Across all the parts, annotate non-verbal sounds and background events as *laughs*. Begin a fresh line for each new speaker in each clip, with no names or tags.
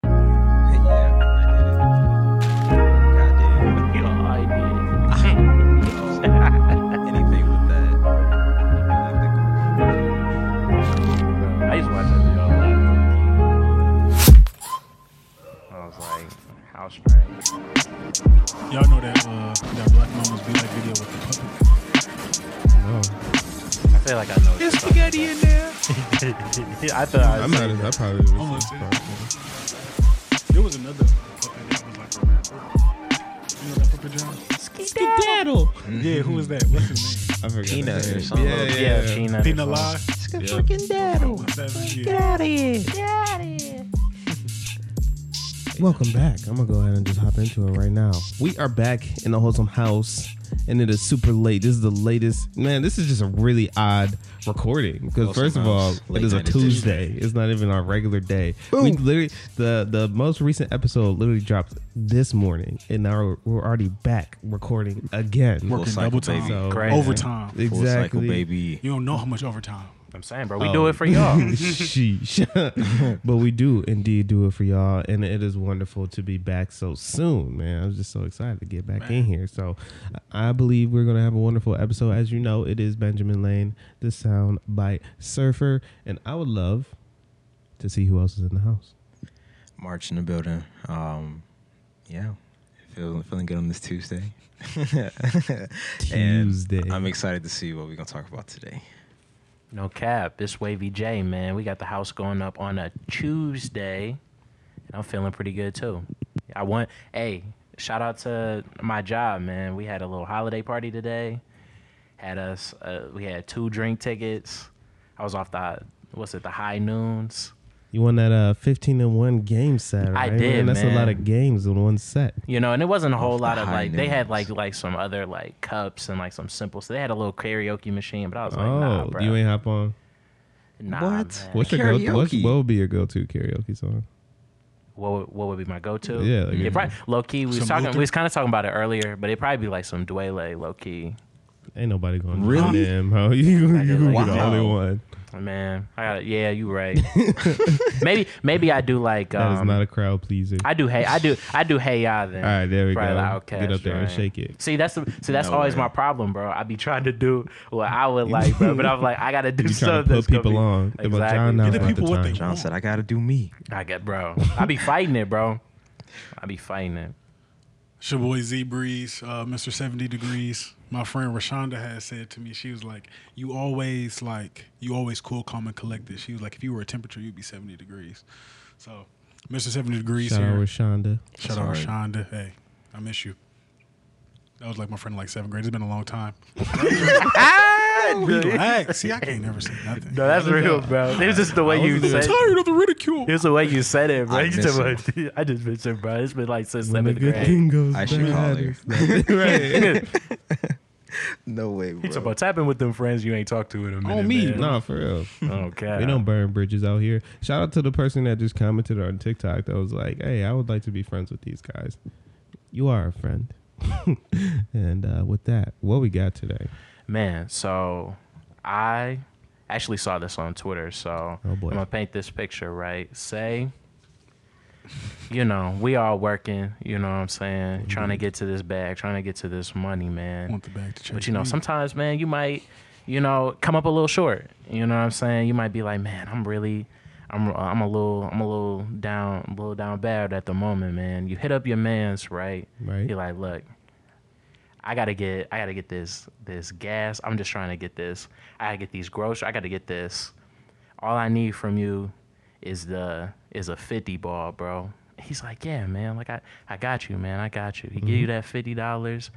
*laughs* like house train.
Y'all know that uh, that Black Mama's Be Like video with the puppet.
No,
I feel like I know.
There's spaghetti in there.
*laughs* I thought I
I'm
was
not. I probably was
Oh,
just
okay.
probably-
There was another puppet that was like a rapper. You know that puppet John? Skedaddle.
Mm-hmm.
Yeah, who was that? What's his name?
I forgot.
Tina
her
or
name.
something.
Yeah, yeah, yeah.
Tina. or
Tina
something.
Lie.
Freaking
daddle. Yeah.
out of here. Get out of here.
Welcome back. I'm gonna go ahead and just hop into it right now. We are back in the wholesome house, and it is super late. This is the latest. Man, this is just a really odd recording because
Wholesome
first of all,
House, late
it is a
night edition.
Tuesday. It's not even our regular day. We literally the the most recent episode literally dropped this morning, and now we're, we're already back recording again.
Working
cycle,
double time.
baby.
So-
Crazy.
Overtime.
Full cycle,
Exactly,
baby.
You don't know how much overtime.
I'm saying, bro, we
Oh.
do it for *laughs* y'all.
Sheesh. *laughs* but we do indeed do it for y'all, and it is wonderful to be back so soon, man. I was just so excited to get back in here. So I believe we're gonna have a wonderful episode. As you know, it is Benjamin Lane, the sound bite surfer, and I would love to see who else is in the house.
March in the building. Um, yeah, feeling feeling good on this Tuesday. *laughs* And
Tuesday.
I'm excited to see what we're gonna talk about today.
no cap. It's Wavy J, man. We got the house going up on a Tuesday, and I'm feeling pretty good too. I want, hey, shout out to my job, man. We had a little holiday party today. Had us, uh, we had two drink tickets. I was off the, what's it, the high noons.
You won that uh, 15 and 1 game set,
I
right?
did,
That's a lot
man.
of games in one set.
you know, and it wasn't a whole
Off the
lot of
high
like they had like
noons.
like some other like cups and like some simple. So they had a little karaoke machine, but I was like,
oh,
nah, bro,
you ain't hop on.
nah,
What?
man.
What's your go- what's,
Karaoke.
what would be your go-to karaoke song?
What would, what would be my go to?
Yeah, like-
yeah probably, low key. We
Some
was talking,
Luther?
we was kind of talking about it earlier, but it'd probably be like some Duele low key.
Ain't nobody going to
Really?
Him, ho. *laughs* You,
I
you
just
gonna
like
be the
that.
only one.
Man, I got yeah, you
*laughs*
right. maybe maybe I do like
That is
um,
not a crowd pleaser.
I do hey I do I do hey ya then.
All right, there we
Probably
go.
like Outkast,
Get up there and
right.
shake it.
See that's the, see that's
No
always
way.
my problem, bro. I be trying to do what I
*laughs*
would like, bro, but I'm like I gotta do
You trying
something.
to
that's
put
gonna
people
be-
on. But
Exactly.
John not
Give the
about
people what
time.
they
John said, "I gotta do me."
I get bro. I be fighting it, bro. I be fighting it.
It's your boy Z Breeze, uh, Mr. 70 Degrees. My friend Rashonda had said to me, she was like, You always like you always cool, calm, and collected. She was like, if you were a temperature, you'd be 70 degrees. So Mr. 70 Degrees
Shout
here.
out with Shonda.
Shout out
Sorry.
Rashonda. Hey, I miss you. That was like my friend in like seventh grade. It's been a long
*laughs*
time. *laughs* Relax. See, I can't never say nothing.
No, that's real, bro. It was just the way you said. It
Tired of the ridicule.
was the way you said it, bro.
I
You
miss
talking about- *laughs* I just miss it, bro. It's been like since
When the
seventh
good
grade.
thing goes
I should call
bad,
her.
it's not- *laughs*
*laughs*
right.
No way,
It's about tapping with them friends you ain't talked to in a minute.
me,
man. *laughs*
Oh,
Oh,
No, for real. *laughs*
Okay.
We don't burn bridges out here. Shout out to the person that just commented on TikTok that was like, "Hey, I would like to be friends with these guys." You are a friend. *laughs* and uh, with that, what we got today?
Man, so I actually saw this on Twitter, so
Oh, boy.
I'm gonna paint this picture, right? Say, you know, we all working, you know what I'm saying,
Mm-hmm.
trying to get to this bag, trying to get to this money, man.
want the bag to check.
But you know,
me.
sometimes, man, you might, you know, come up a little short. You know what I'm saying? You might be like, man, I'm really, I'm, I'm a little, I'm a little down, a little down bad at the moment, man. You hit up your man's, right?
Right.
You're like, look, I gotta get, I gotta get this, this gas. I'm just trying to get this. I gotta get these groceries. I gotta get this. All I need from you is the, is a 50 ball, bro. He's like, yeah, man. Like I, I got you, man. I got you. He give you
Mm-hmm.
that fifty dollars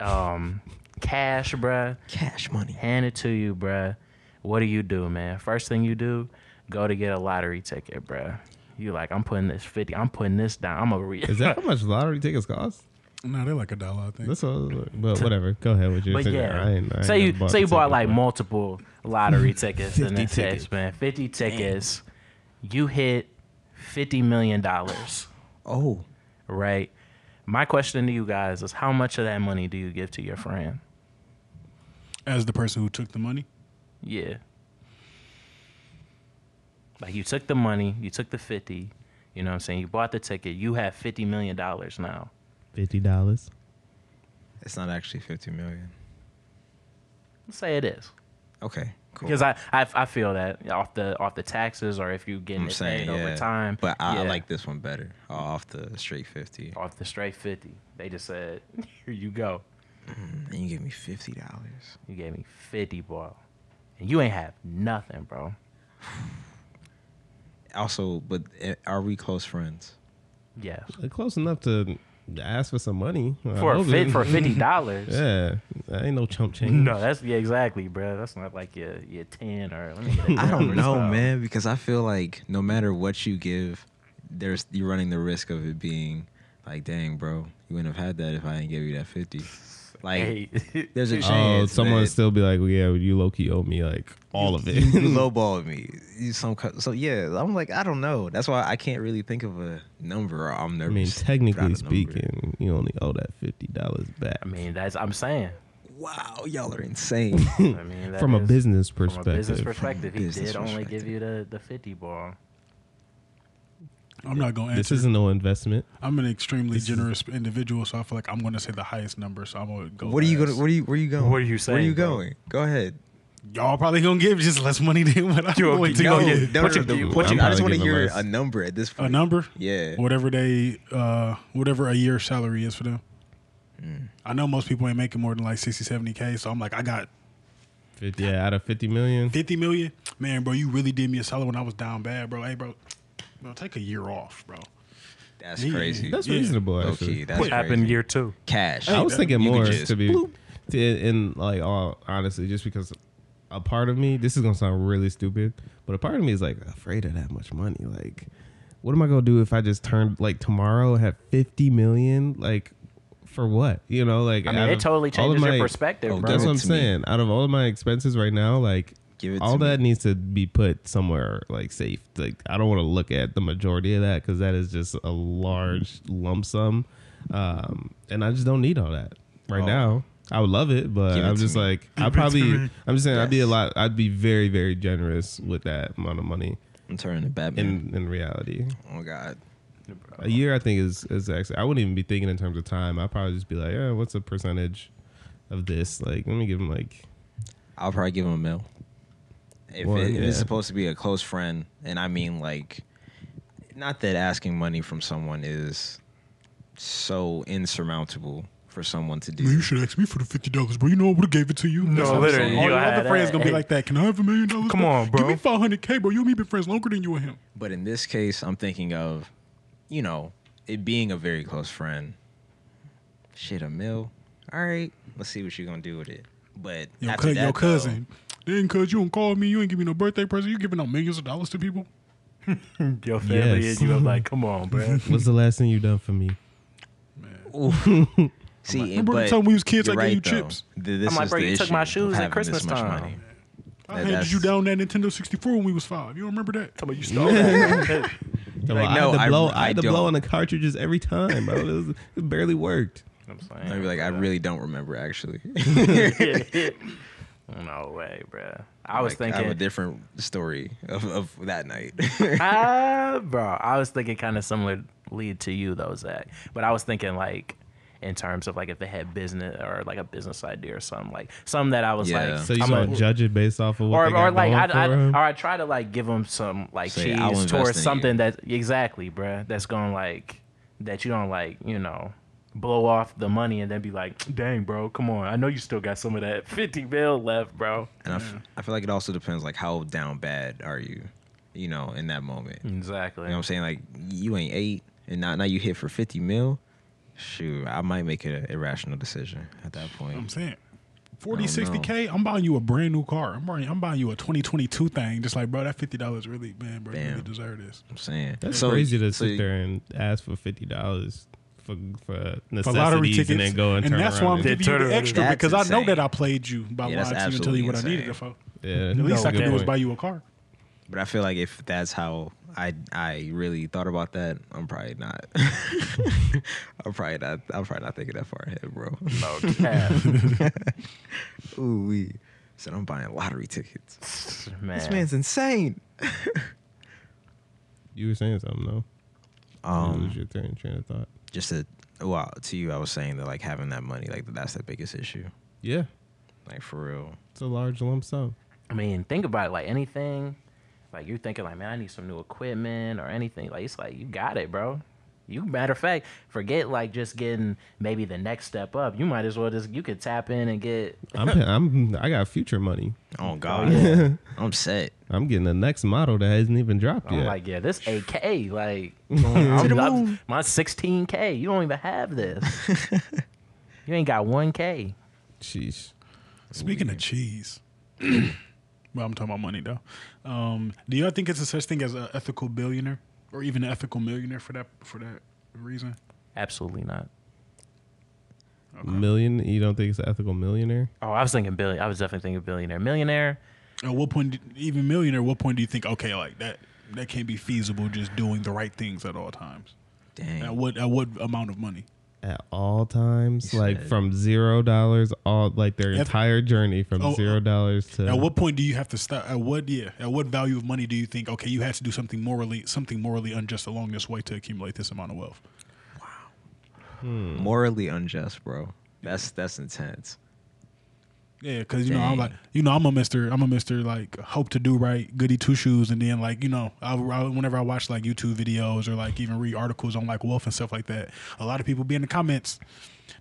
um, cash, bruh,
cash money.
hand it to you, bruh. What do you do, man? First thing you do, go to get a lottery ticket, bruh. You like, I'm putting this fifty, I'm putting this down. I'm a re-
Is that how much lottery tickets cost?
no, they're like a dollar. I think.
That's all,
*laughs*
but whatever. Go ahead with your.
But
ticket.
yeah,
I ain't- I ain't
say you
never bought
say
a
you bought
ticket,
like
but-
multiple
*laughs*
lottery tickets in
50
this tickets. man. Fifty tickets, you hit fifty million dollars,
Oh,
right? My question to you guys is, how much of that money do you give to your friend?
As the person who took the money,
Yeah. Like you took the money, you took the 50, you know what I'm saying? You bought the ticket, you have 50 million dollars now.
Fifty dollars.
it's not actually 50 million.
Let's say it is.
Okay. Cool.
Because I, I I feel that off the off the taxes or if you getting
I'm
it
saying
paid
yeah,
over time.
But I, I
yeah,
like this one better. Off the straight fifty.
off the straight fifty. They just said, here you go.
And you give me fifty dollars.
You gave me fifty, boy, and you ain't have nothing, bro.
Also, but eh, are we close friends?
Yes,
Uh, Close enough to ask for some money. I
for a
hope
fit
it-
for fifty dollars.
*laughs* Yeah, that ain't
*laughs*
no chump change.
No, that's yeah, exactly, bro. That's not like your your ten or. Let me get a
I don't
*laughs*
dollar,
know,
so.
man, because I feel like no matter what you give, there's you're running the risk of it being like, dang, bro, you wouldn't have had that if I didn't give you that fifty. Like,
Hey. *laughs*
there's a
Oh,
chance.
someone
that
still be like, well, yeah, you low key owe me like all
*laughs*
of it. *laughs*
you lowballed me. You some co- so yeah. I'm like, I don't know. That's why I can't really think of a number. Or I'm
I
nervous.
mean,
to put out a
technically
number.
speaking, you only owe that fifty dollars back.
I
*laughs*
mean, that's I'm saying.
Wow, y'all are insane.
I mean, that
from a
is-
business
From a
perspective,
business perspective, he
Business
did only give
perspective.
you the, the fifty ball.
I'm not gonna
this
answer.
isn't no investment.
I'm an extremely
this is-
generous individual, so I feel like I'm gonna say the highest number. So I'm gonna go.
what are you
last.
gonna? What are you? Where are you going?
What are you
Where are
saying,
you
bro?
going? Go ahead.
Y'all probably gonna give just less money than what I'm going to
no,
go.
you-
with.
no,
what
no,
you-
no,
what you- I just want
I'm probably
to hear
giving less.
a number at this
A
point.
number,
Yeah.
whatever they, uh, whatever a year salary is for them.
Mm.
I know most people ain't making more than like 60, 70 k. So I'm like, I got
50, yeah, out of fifty million.
50 million. Man, bro, you really did me a solid when I was down bad, bro. Hey, bro, bro, take a year off, bro.
That's
Yeah.
crazy.
That's
Yeah.
reasonable.
Low
actually.
key, that's
What
crazy.
happened year two?
Cash.
I was
man.
thinking
You could
more
just
to be, to, in like all honestly, just because a part of me, this is gonna sound really stupid, but a part of me is like afraid of that much money. Like, what am I gonna do if I just turn like tomorrow have fifty million? Like, for what? You know, like
I mean,
out
it
of
totally
all of
changes your
my-
perspective,
Oh,
bro.
That's what I'm
to me.
saying. Out of all of my expenses right now, like
Give it
all
to
that
me.
needs to be put somewhere like safe. Like I don't want to look at the majority of that because that is just a large lump sum, um, and I just don't need all that right
Oh.
now. I would love it, but
Give it
I'm
to
just
me.
like I probably. I'm just saying I'd be a lot. I'd be very very generous with that amount of money.
I'm turning to Batman.
In in reality,
oh God.
a year I think is is actually I wouldn't even be thinking in terms of time. I'd probably just be like, yeah, what's a percentage of this? Like, let me give him like
I'll probably give him a mil. If,
Well,
it, if
yeah.
it's supposed to be a close friend, and I mean like, not that asking money from someone is so insurmountable for someone to do.
Man, you should ask me for the fifty dollars, bro. You know I would have gave it to you. That's what I'm
literally,
saying.
you
All your
had
other
that.
friends gonna be
Hey.
like that. Can I have a million dollars?
Come on,
Give
bro.
me five hundred k, bro. You and me been friends longer than you and him.
But in this case, I'm thinking of, you know, it being a very close friend. Shit, a mil. All right, let's see what you're gonna do with it. But
Yo,
after
cou-
that,
yo
though,
cousin. Then, cause you don't call me, you ain't give me no birthday present. You giving out millions of dollars to people.
Your family
Yes.
and you are like, come on, *laughs* bro.
*laughs* What's the last thing you done for me?
see,
Remember the
but
time we was kids,
you're
I
right,
gave you
though.
chips?
Th- this
I'm like,
is
bro,
the
you took
issue
my
of
shoes at
having this
Christmas
much
time.
money.
I
Yeah,
handed you
that's-
down that Nintendo sixty four when we was five. You don't remember that?
Come on, you stole that.
Well,
like,
I
"No,
had
I-
to blow. I,
I
had to
don't."
blow on the cartridges every time, bro. It, was, it barely worked.
I'm
I'd
saying.
be like, I really don't remember actually.
*laughs* no way, bro. *laughs* I was
Like, I have a
thinking,
different story of, of that night. *laughs*
ah, bro. I was thinking kind of similarly to you though, Zach. But I was thinking like. In terms of like if they had business or like a business idea or something like something that I was
Yeah.
like
So you
I'm
gonna
a-
judge it based off of what
or
they got
or like
going
I, I
for 'em?
or I try to like give them some like
Say, I'll
cheese
invest
towards
in
something
you.
that exactly, bruh. That's going to like that you don't like you know blow off the money and then be like, dang, bro, come on, I know you still got some of that *laughs* fifty bill left, bro.
and I, f- I feel like it also depends like how down bad are you, you know, in that moment. You
Exactly.
know what I'm saying? Like you ain't eight and now now you hit for fifty mil. Shoot, I might make an irrational decision at that
I'm
point.
saying.
I
40,
don't
60 k. I'm buying you a brand new car. I'm buying, I'm buying you a 2022 thing. Just like, bro, that fifty dollars really, man, bro, you
Damn.
really deserve this.
I'm saying
That's
So-
crazy to
so
sit
you-
there and ask for fifty dollars for for necessities
for lottery tickets,
and then go and, turn
that's
around
why I'm
and-
Then
giving you
turn
the
around.
extra
That's
because I know
insane.
that I played you by
Yeah, that's
lying to you and
absolutely
telling you what I needed
insane.
it for.
yeah,
At least
no,
I could
good
do is
point.
buy you a car.
But I feel like if that's how I I really thought about that, I'm probably not. *laughs* I'm probably not. I'm probably not thinking that far ahead, bro. *laughs*
*laughs* No cap.
Ooh wee. Said I'm buying lottery tickets. This
man.
man's insane.
You were saying something though. Um,
Um,
was your train, train of thought?
just to well to you, I was saying that like having that money, like that's the biggest issue.
Yeah,
Like for real,
it's a large lump sum.
I mean, think about it, like anything, like you're thinking like, man, I need some new equipment or anything. Like it's like you got it, bro. You matter of fact, forget like just getting maybe the next step up. You might as well just you could tap in and get
I'm, I'm I got future money.
Oh God, I'm set.
I'm getting the next model that hasn't even dropped
I'm
yet.
like, yeah, this 8K,
*laughs*
like I'm-
the
I'm-
moon.
my 16K. You don't even have *laughs* this. you ain't got 1K.
Sheesh.
Speaking of cheese, *clears throat* well, I'm talking about money though. Um, do y'all think it's a such thing as an ethical billionaire or even an ethical millionaire for that for that reason?
Absolutely not.
Million? You don't think it's an ethical millionaire?
Oh, I was thinking billion. I was definitely thinking billionaire, millionaire.
At what point, do- even millionaire? What point do you think okay, like that that can't be feasible? Just doing the right things at all times. At
Dang.
what at what amount of money?
At all times,
He
like
said-
from zero dollars, all like their
Eth-
entire journey from
Oh,
zero dollars to
At what point do you have to stop? At what yeah? At what value of money do you think okay, you have to do something morally something morally unjust along this way to accumulate this amount of wealth?
Mm.
Morally unjust, bro. That's that's intense.
Yeah, because you know I'm
Dang.
like you know I'm a Mister I'm a Mister like hope to do right goody two shoes and then like you know I, I- whenever I watch like YouTube videos or like even read articles on like wealth and stuff like that, a lot of people be in the comments.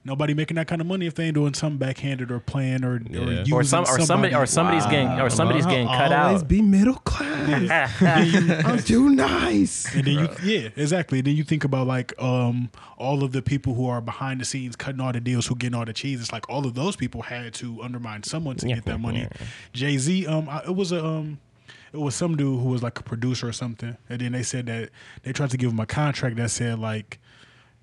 Nobody making that kind of money if they ain't doing something backhanded or playing or or,
Yeah.
using
Or some *laughs* or somebody or
*laughs*
somebody's
Wow.
getting or somebody's
I'll
getting cut
always
out.
be middle class. I'm too nice.
And then you, yeah, exactly. Then you think about like um, all of the people who are behind the scenes cutting all the deals, who getting all the cheese. It's like all of those people had to undermine someone to get that money. Jay Z, um, I, it was a um, it was some dude who was like a producer or something, and then they said that they tried to give him a contract that said like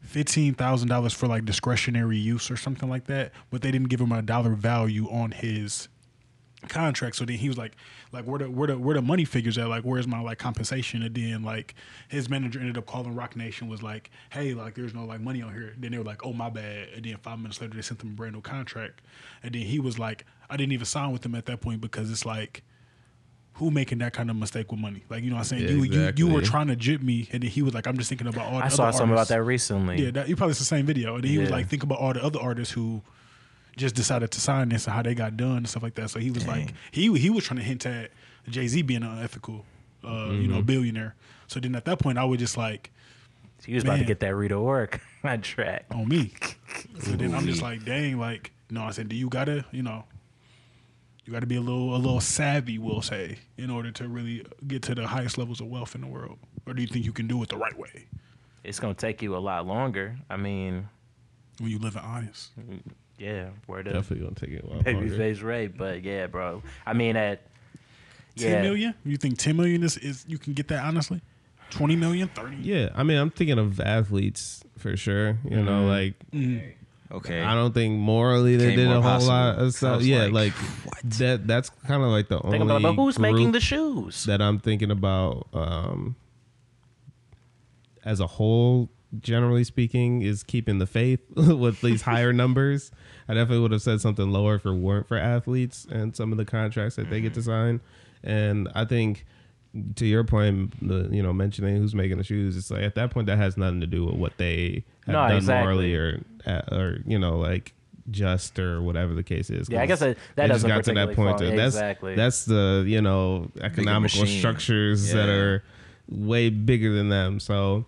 fifteen thousand dollars for like discretionary use or something like that, but they didn't give him a dollar value on his contract. So then he was like, like where the where the where the money figures at? Like where's my like compensation? And then like his manager ended up calling Rock Nation was like, hey, like there's no like money on here. Then they were like, oh my bad. And then five minutes later they sent him a brand new contract. And then he was like, I didn't even sign with him at that point because it's like. Who making that kind of mistake with money? Like you know, what I'm saying you, you you were
Exactly.
trying to jip me, and then he was like, "I'm just thinking about all." The
I saw
other
something about
artists.
that recently.
Yeah, that, you probably saw the same video. And he was
Yeah.
like, think about all the other artists who just decided to sign this and how they got done and stuff like that. So he was like, he he was trying to hint at Jay Z being an unethical, uh, you know, billionaire. So then at that point, I was just like,
he was about to
Man.
get that Rita Ora *laughs* contract.
on me. So then I'm just like, dang, like, you know, I said, do you gotta, you know, you gotta be a little a little savvy, we'll say, in order to really get to the highest levels of wealth in the world, or do you think you can do it the right way
It's gonna take you a lot longer. I mean,
when you live in honest?
yeah, word up,
*laughs* Definitely gonna take it a while longer.
babyface Ray. But yeah, bro. I mean, at yeah,
Ten million? You think ten million is, is you can get that honestly? Twenty million, thirty.
Yeah, I mean, I'm thinking of athletes for sure. You know, like
Okay.
I don't think morally they
Came
did
more
a whole
possible.
lot
I
of stuff.
was
Yeah,
like,
*laughs*
like,
what?
that. That's kind of like the only.
Think about it, but who's making
group
the shoes?
that I'm thinking about um, as a whole, generally speaking, is keeping the faith *laughs* with these higher numbers. I definitely would have said something lower if it weren't for athletes and some of the contracts that they get
Mm-hmm.
to sign. And I think to your point, the you know mentioning who's making the shoes, it's like at that point that has nothing to do with what they have
No,
done
exactly.
morally or uh, or you know like just or whatever the case is.
Yeah, I guess that- that
They just
doesn't
got to
particularly
that point.
fall-
that- that's-
exactly.
That's that's the you know economical
machine.
structures that
Yeah.
are way bigger than them so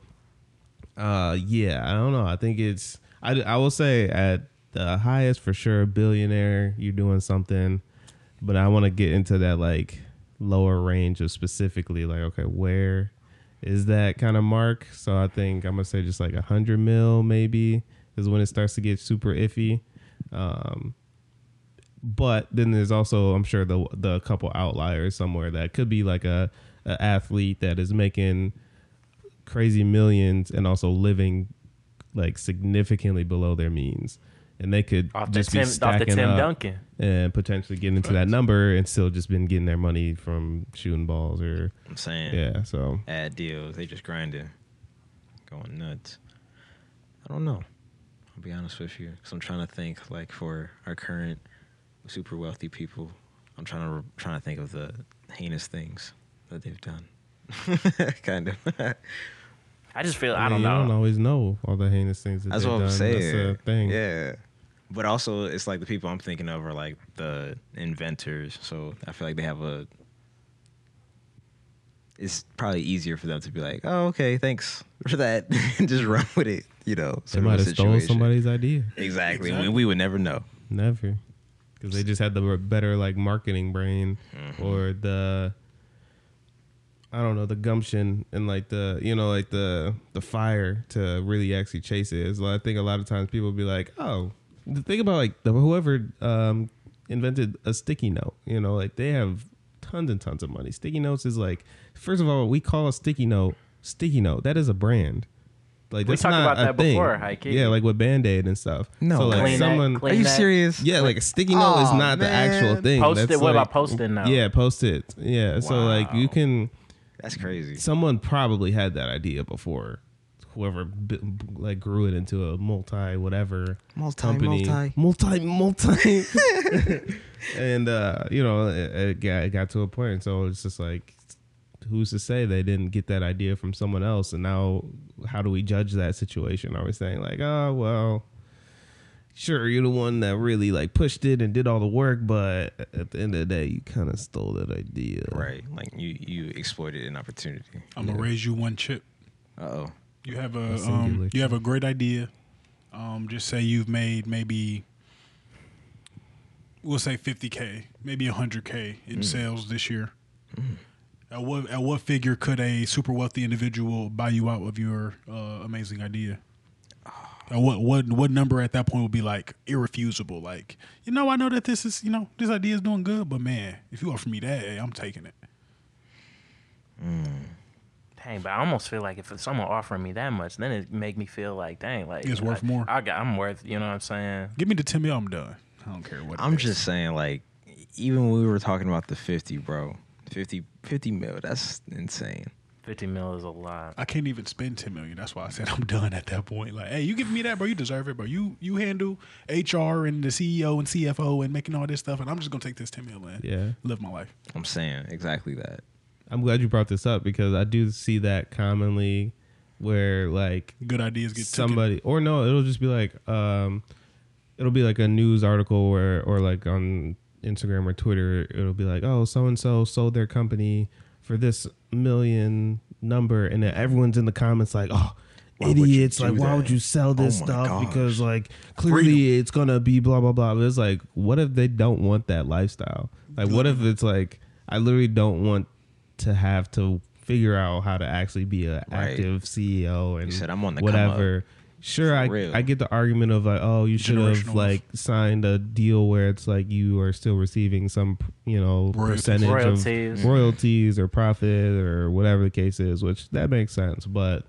uh yeah i don't know i think it's i, I will say at the highest for sure billionaire you're doing something but i want to get into that like lower range of specifically like okay where is that kind of mark so i think i'm gonna say just like a hundred mil maybe is when it starts to get super iffy but then there's also I'm sure the the couple outliers somewhere that could be like a, a athlete that is making crazy millions and also living like significantly below their means, and they could
Off the
just
Tim,
be
off the
stacking
Tim
up
Duncan.
and potentially getting into that number and still just been getting their money from shooting balls or
I'm saying.
yeah. So
Ad deals. They just grinding, going nuts. I don't know. I'll be honest with you, because I'm trying to think like for our current super wealthy people. I'm trying to trying to think of the heinous things that they've done. *laughs* kind of. *laughs*
I just feel I
mean,
don't
You
know.
don't always know all the heinous things that
That's
they've
what
done.
I'm saying.
That's the thing.
Yeah. but also it's like the people I'm thinking of are like the inventors. So I feel like they have a. It's probably easier for them to be like, "Oh, okay, thanks for that," *laughs* and just run with it. You know,
They
sort of
might
a
have stolen
situation.
somebody's idea.
Exactly,
Exactly.
We, we would never know.
Never, because they just had the better like marketing brain
Mm-hmm.
or the, I don't know, the gumption and like the you know like the the fire to really actually chase it. It's like- I think a lot of times people be like, oh, the thing about like the, whoever um, invented a sticky note, you know, like they have tons and tons of money. Sticky notes is like, first of all, we call a sticky note sticky note. That is a brand. Like
We
that's
talked
not
about
a
that
thing.
before, Hike.
Yeah, like with band aid and stuff.
No
so like
way.
Clean that-
someone
clean that.
yeah, like a sticky note is
Aw,
not the actual
man.
thing.
Post-it,
That's
what about
like-
Post-it note?
Yeah, post it. Yeah. So like you
Wow.
can
That's crazy.
someone probably had that idea before whoever b- b- like grew it into a multi whatever
Multi,
company multi multi *laughs* and uh you know it, it got, it got to a point so it's just like who's to say they didn't get that idea from someone else and now how do we judge that situation are we saying like oh well sure you're the one that really like pushed it and did all the work but at the end of the day you kind of stole that idea
Right, like you you exploited an opportunity.
I'm gonna raise you one chip.
Uh oh.
You have a
That's singular.
um, you have a great idea. Um, just say you've made maybe we'll say 50k, maybe 100k in sales this year. At what at what figure could a super wealthy individual buy you out of your uh, amazing idea? At what what what number at that point would be like irrefusable? Like you know, I know that this is you know this idea is doing good, but man, if you offer me that, hey, I'm taking it.
Dang, but I almost feel like if someone offering me that much, then it make me feel like, dang, like
It's worth
I-
more.
I got, I'm worth. You know what I'm saying?
Give me the 10 mil, I'm done. I don't care what. it
I'm
is.
just saying, like, even when we were talking about the 50, bro, 50, 50 mil, that's insane.
Fifty mil is a lot.
I can't even spend ten million. That's why I said I'm done at that point. Like, hey, you give me that, bro. You deserve it, bro. You you handle HR and the CEO and CFO and making all this stuff, and I'm just gonna take this ten million and
yeah
live my life.
I'm saying exactly that.
i'm glad you brought this up because i do see that commonly where like
Good ideas get taken.
somebody or no it'll just be like um it'll be like a news article where or like on instagram or twitter it'll be like oh so and so sold their company for this million number and then everyone's in the comments like oh
Why would you
idiots
do
like why
that? Oh
would you sell this
my
stuff
gosh.
because like clearly it's gonna be blah blah blah but it's like what if they don't want that lifestyle like what if it's like i literally don't want to have to figure out how to actually be an
Right.
active E ceo and
said, "I'm on the come up."
whatever Sure, I,
real.
I get the argument of like, oh, you should have
Generational.
like signed a deal where it's like you are still receiving some, you know,
Royalties.
percentage
Royalties.
of royalties or profit or whatever the case is, which that makes sense. But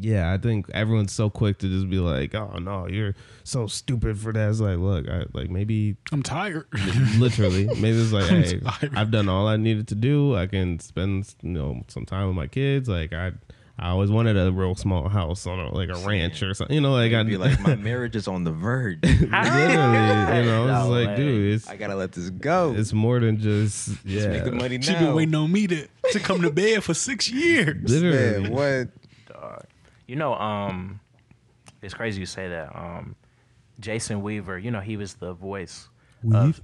yeah, I think everyone's so quick to just be like, oh no, you're so stupid for that. It's like, look, I, like maybe
I'm
*laughs*
tired. *laughs*
literally maybe it's like
I'm
hey
tired.
i've done all i needed to do i can spend you know some time with my kids like i i always wanted a real small house on a, like a ranch or something you know like
I'd
i'd
be like, my marriage is on the verge.
*laughs* literally you know it's
No
like
way.
dude it's
I gotta let this go.
it's more than just yeah
Make the money now.
She been waiting on me to to come to bed for six years.
literally
Man, what?
You know, um, it's crazy you say that. Um, Jason Weaver, you know, he was the voice of,
Weave?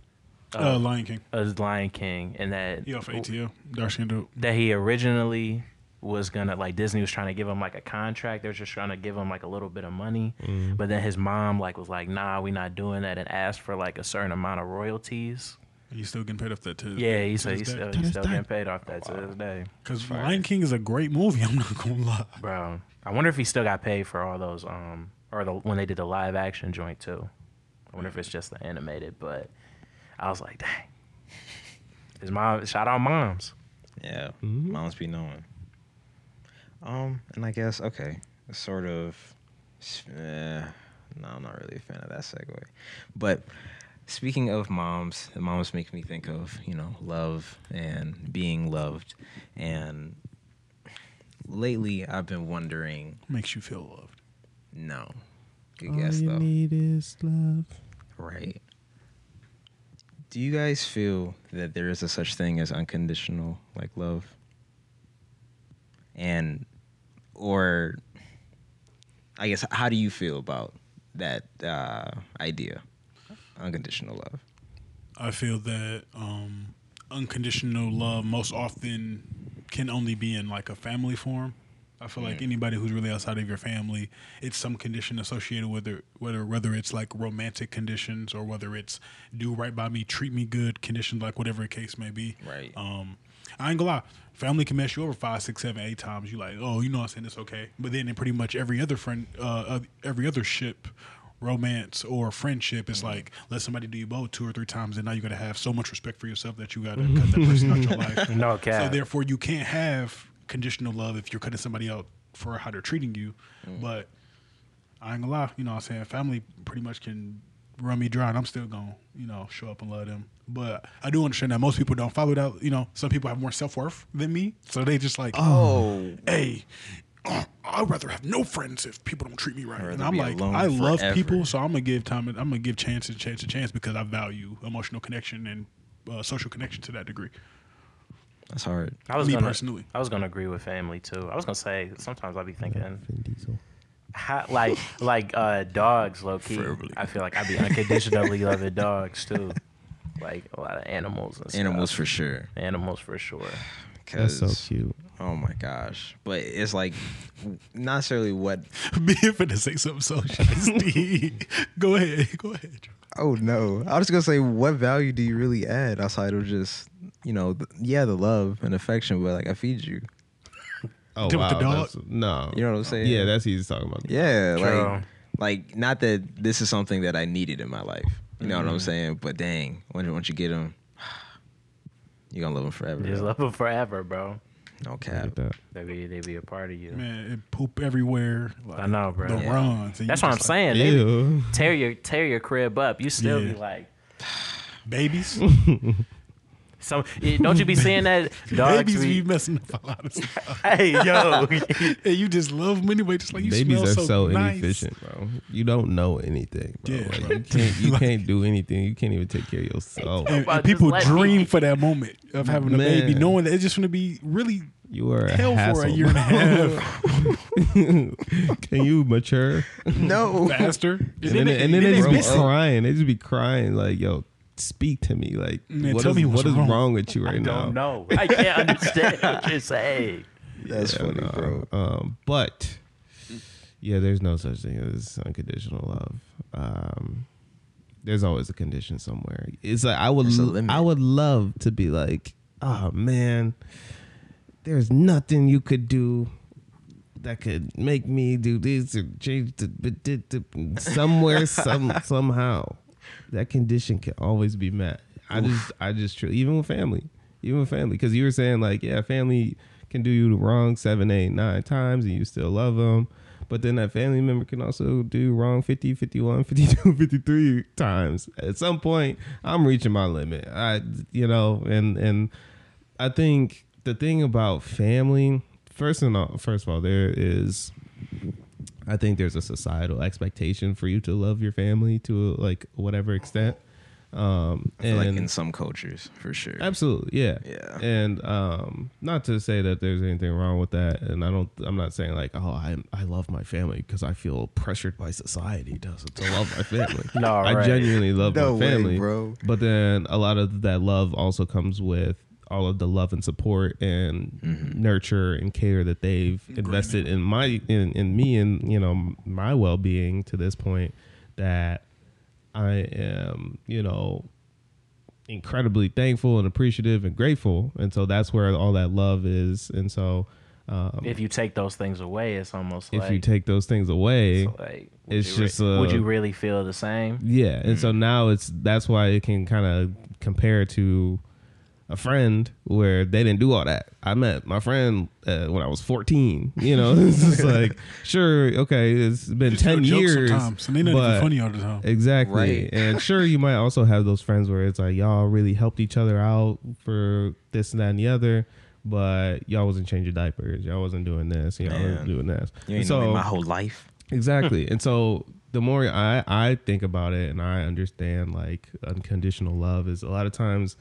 Uh, Lion King.
of Lion King, and that
He off
Oh.
ATL. Darcy and Dope.
that he originally was gonna like Disney was trying to give him like a contract. They were just trying to give him like a little bit of money, but then his mom like was like, "Nah, we not doing that," and asked for like a certain amount of royalties.
He's still getting paid off that too.
Yeah, he said he's still, he's
this
still
day.
getting paid off that to this day,
Because Lion King is a great movie. *laughs* I'm not gonna lie.
bro. I wonder if he still got paid for all those um or the when they did the live action joint too. I wonder if it's just the animated, but I was like, dang. His mom, shout out moms.
Yeah, Mm-hmm. moms be knowing. Um, and I guess okay, sort of. s- eh, no, I'm not really a fan of that segue. But speaking of moms, the moms make me think of you know love and being loved, and lately I've been wondering.
Makes you feel loved.
No, good
all
guess
you
though.
need is love
Right. Do you guys feel that there is a such thing as unconditional like love? And or I guess how do you feel about that uh, idea, unconditional love.
I feel that um, unconditional love most often can only be in like a family form. I feel like anybody who's really outside of your family, it's some condition associated with it, whether whether it's like romantic conditions or whether it's do right by me, treat me good conditions, like whatever the case may be.
Right.
Um, I ain't gonna lie, family can mess you over five, six, seven, eight times. You like, oh, you know what I'm saying, it's okay. But then in pretty much every other friend, uh, oth- every other ship, romance or friendship,
Mm-hmm.
it's like let somebody do you both two or three times, and now you gotta have so much respect for yourself that you gotta cut that person out your life.
*laughs* No cap.
So therefore, you can't have conditional love if you're cutting somebody out for how they're treating you.
Mm.
But I ain't gonna lie, you know what I'm saying? Family pretty much can run me dry and I'm still gonna, you know, show up and love them. But I do understand that most people don't follow that. You know, some people have more self worth than me. So they just like,
Oh,
hey, uh, I'd rather have no friends if people don't treat me right. And
rather
I'm
be
like,
alone
I love
forever.
people, so I'm gonna give time. I'm gonna give chance and chance and chance because I value emotional connection and uh, social connection to that degree. *laughs*
that's hard.
I was
me
gonna,
personally.
I was gonna agree with family too. I was gonna say sometimes I'll be thinking
Vin Diesel.
how,
*laughs*
like like uh, dogs low key.
Preferably.
I feel like I'd be
*laughs*
unconditionally loving dogs too. Like a lot of animals and stuff.
Animals for sure.
Animals for sure.
That's so
'cause-
cute.
Oh my gosh! But it's like not necessarily what.
Me finna say something so *laughs* shitty. go ahead, go ahead.
Oh no! I was gonna say, what value do you really add outside of just you know, th- yeah, the love and affection, but like I feed you.
Oh,
Did with the dog?
that's- No.
You know what I'm saying?
Yeah, that's he's talking about.
Yeah,
True.
like like not that this is something that I needed in my life. You know what
Mm-hmm.
I'm saying? But dang, when, once you get *sighs* them, you're gonna love them forever.
Just love them forever, bro.
No
Look *laughs*
cap.
at that.
They be they be a part of you.
Man, it poop everywhere. Like,
I know, bro.
The
Yeah.
runs. and
That's
you
what I'm
just like,
saying. They be-
Ew.
tear your tear your crib up. You still
Yeah.
be like
*laughs*
Babies,
some. you- Don't you be seeing
*laughs*
that dogs?
babies
be-
be messing up a lot of stuff.
*laughs*
hey
*laughs*
yo,
and you just love them anyway. Just like you
Babies
smell
are
so,
so,
nice.
inefficient, bro. You don't know anything, bro.
Yeah,
Like,
bro.
You
*laughs*
can't you can't do anything. You can't even take care of yourself.
and,
Bro,
and
just
people
let
dream
me.
for that moment of having a
Man.
baby, knowing that it's just going to be really
You are a
hell
hassle.
for a year
*laughs*
and a half
half. *laughs* Can you
*laughs*
mature?
*laughs* No.
faster. And,
And then, and then
and
they
then
just be
miss it.
crying. They just be crying like, "Yo, speak to me. Like,
Man,
what
tell
is-
me what's
what is
wrong.
wrong with you right
I
now?"
don't know. I can't understand what you're
*laughs*
saying.
That's funny,
no.
bro.
Um, but yeah, there's no such thing as unconditional love. Um, there's always a condition somewhere. It's like I would,
There's a
l-
limit.
I would love to be like, oh man, there's nothing you could do that could make me do this or change the, but did the somewhere some somehow that condition can always be met. I just I just truly even with family, even with family, because you were saying like yeah, family can do you the wrong seven, eight, nine times and you still love them. But then that family member can also do you wrong 50, *laughs* 51, 52, 53 times. At some point, I'm reaching my limit. I, you know, and and I think the thing about family, first and all, first of all, there is, I think there's a societal expectation for you to love your family to like whatever extent. Um,
I feel
and
like in some cultures, for sure.
absolutely, yeah,
Yeah.
And um, not to say that there's anything wrong with that, and I don't, I'm not saying like, oh, I I love my family because I feel pressured by society to to love my family.
*laughs* No,
I
right.
genuinely love
No
my
way,
family,
bro.
But then a lot of that love also comes with all of the love and support and
Mm-hmm.
nurture and care that they've invested in my in, in me and you know my well being to this point that I am you know incredibly thankful and appreciative and grateful and so that's where all that love is and so um,
If you take those things away, it's almost
if
like
you take those things away
it's like, would
it's
you re-
just, uh,
would you really feel the same?
Yeah, and
Mm-hmm.
so now it's that's why it can kind of compare to a friend where they didn't do all that. I met my friend uh, when I was fourteen. You know, *laughs* it's just like sure, okay, it's been
Just tell
ten
jokes
years,
sometimes, and they're not
but-
even funny all the time.
Exactly,
Right. *laughs*
and sure, you might also have those friends where it's like y'all really helped each other out for this and that and the other, but y'all wasn't changing diapers, y'all wasn't doing this, y'all
Man.
wasn't doing that.
You ain't
so,
known me my whole life.
Exactly. and so the more I, I think about it and I understand like unconditional love is a lot of times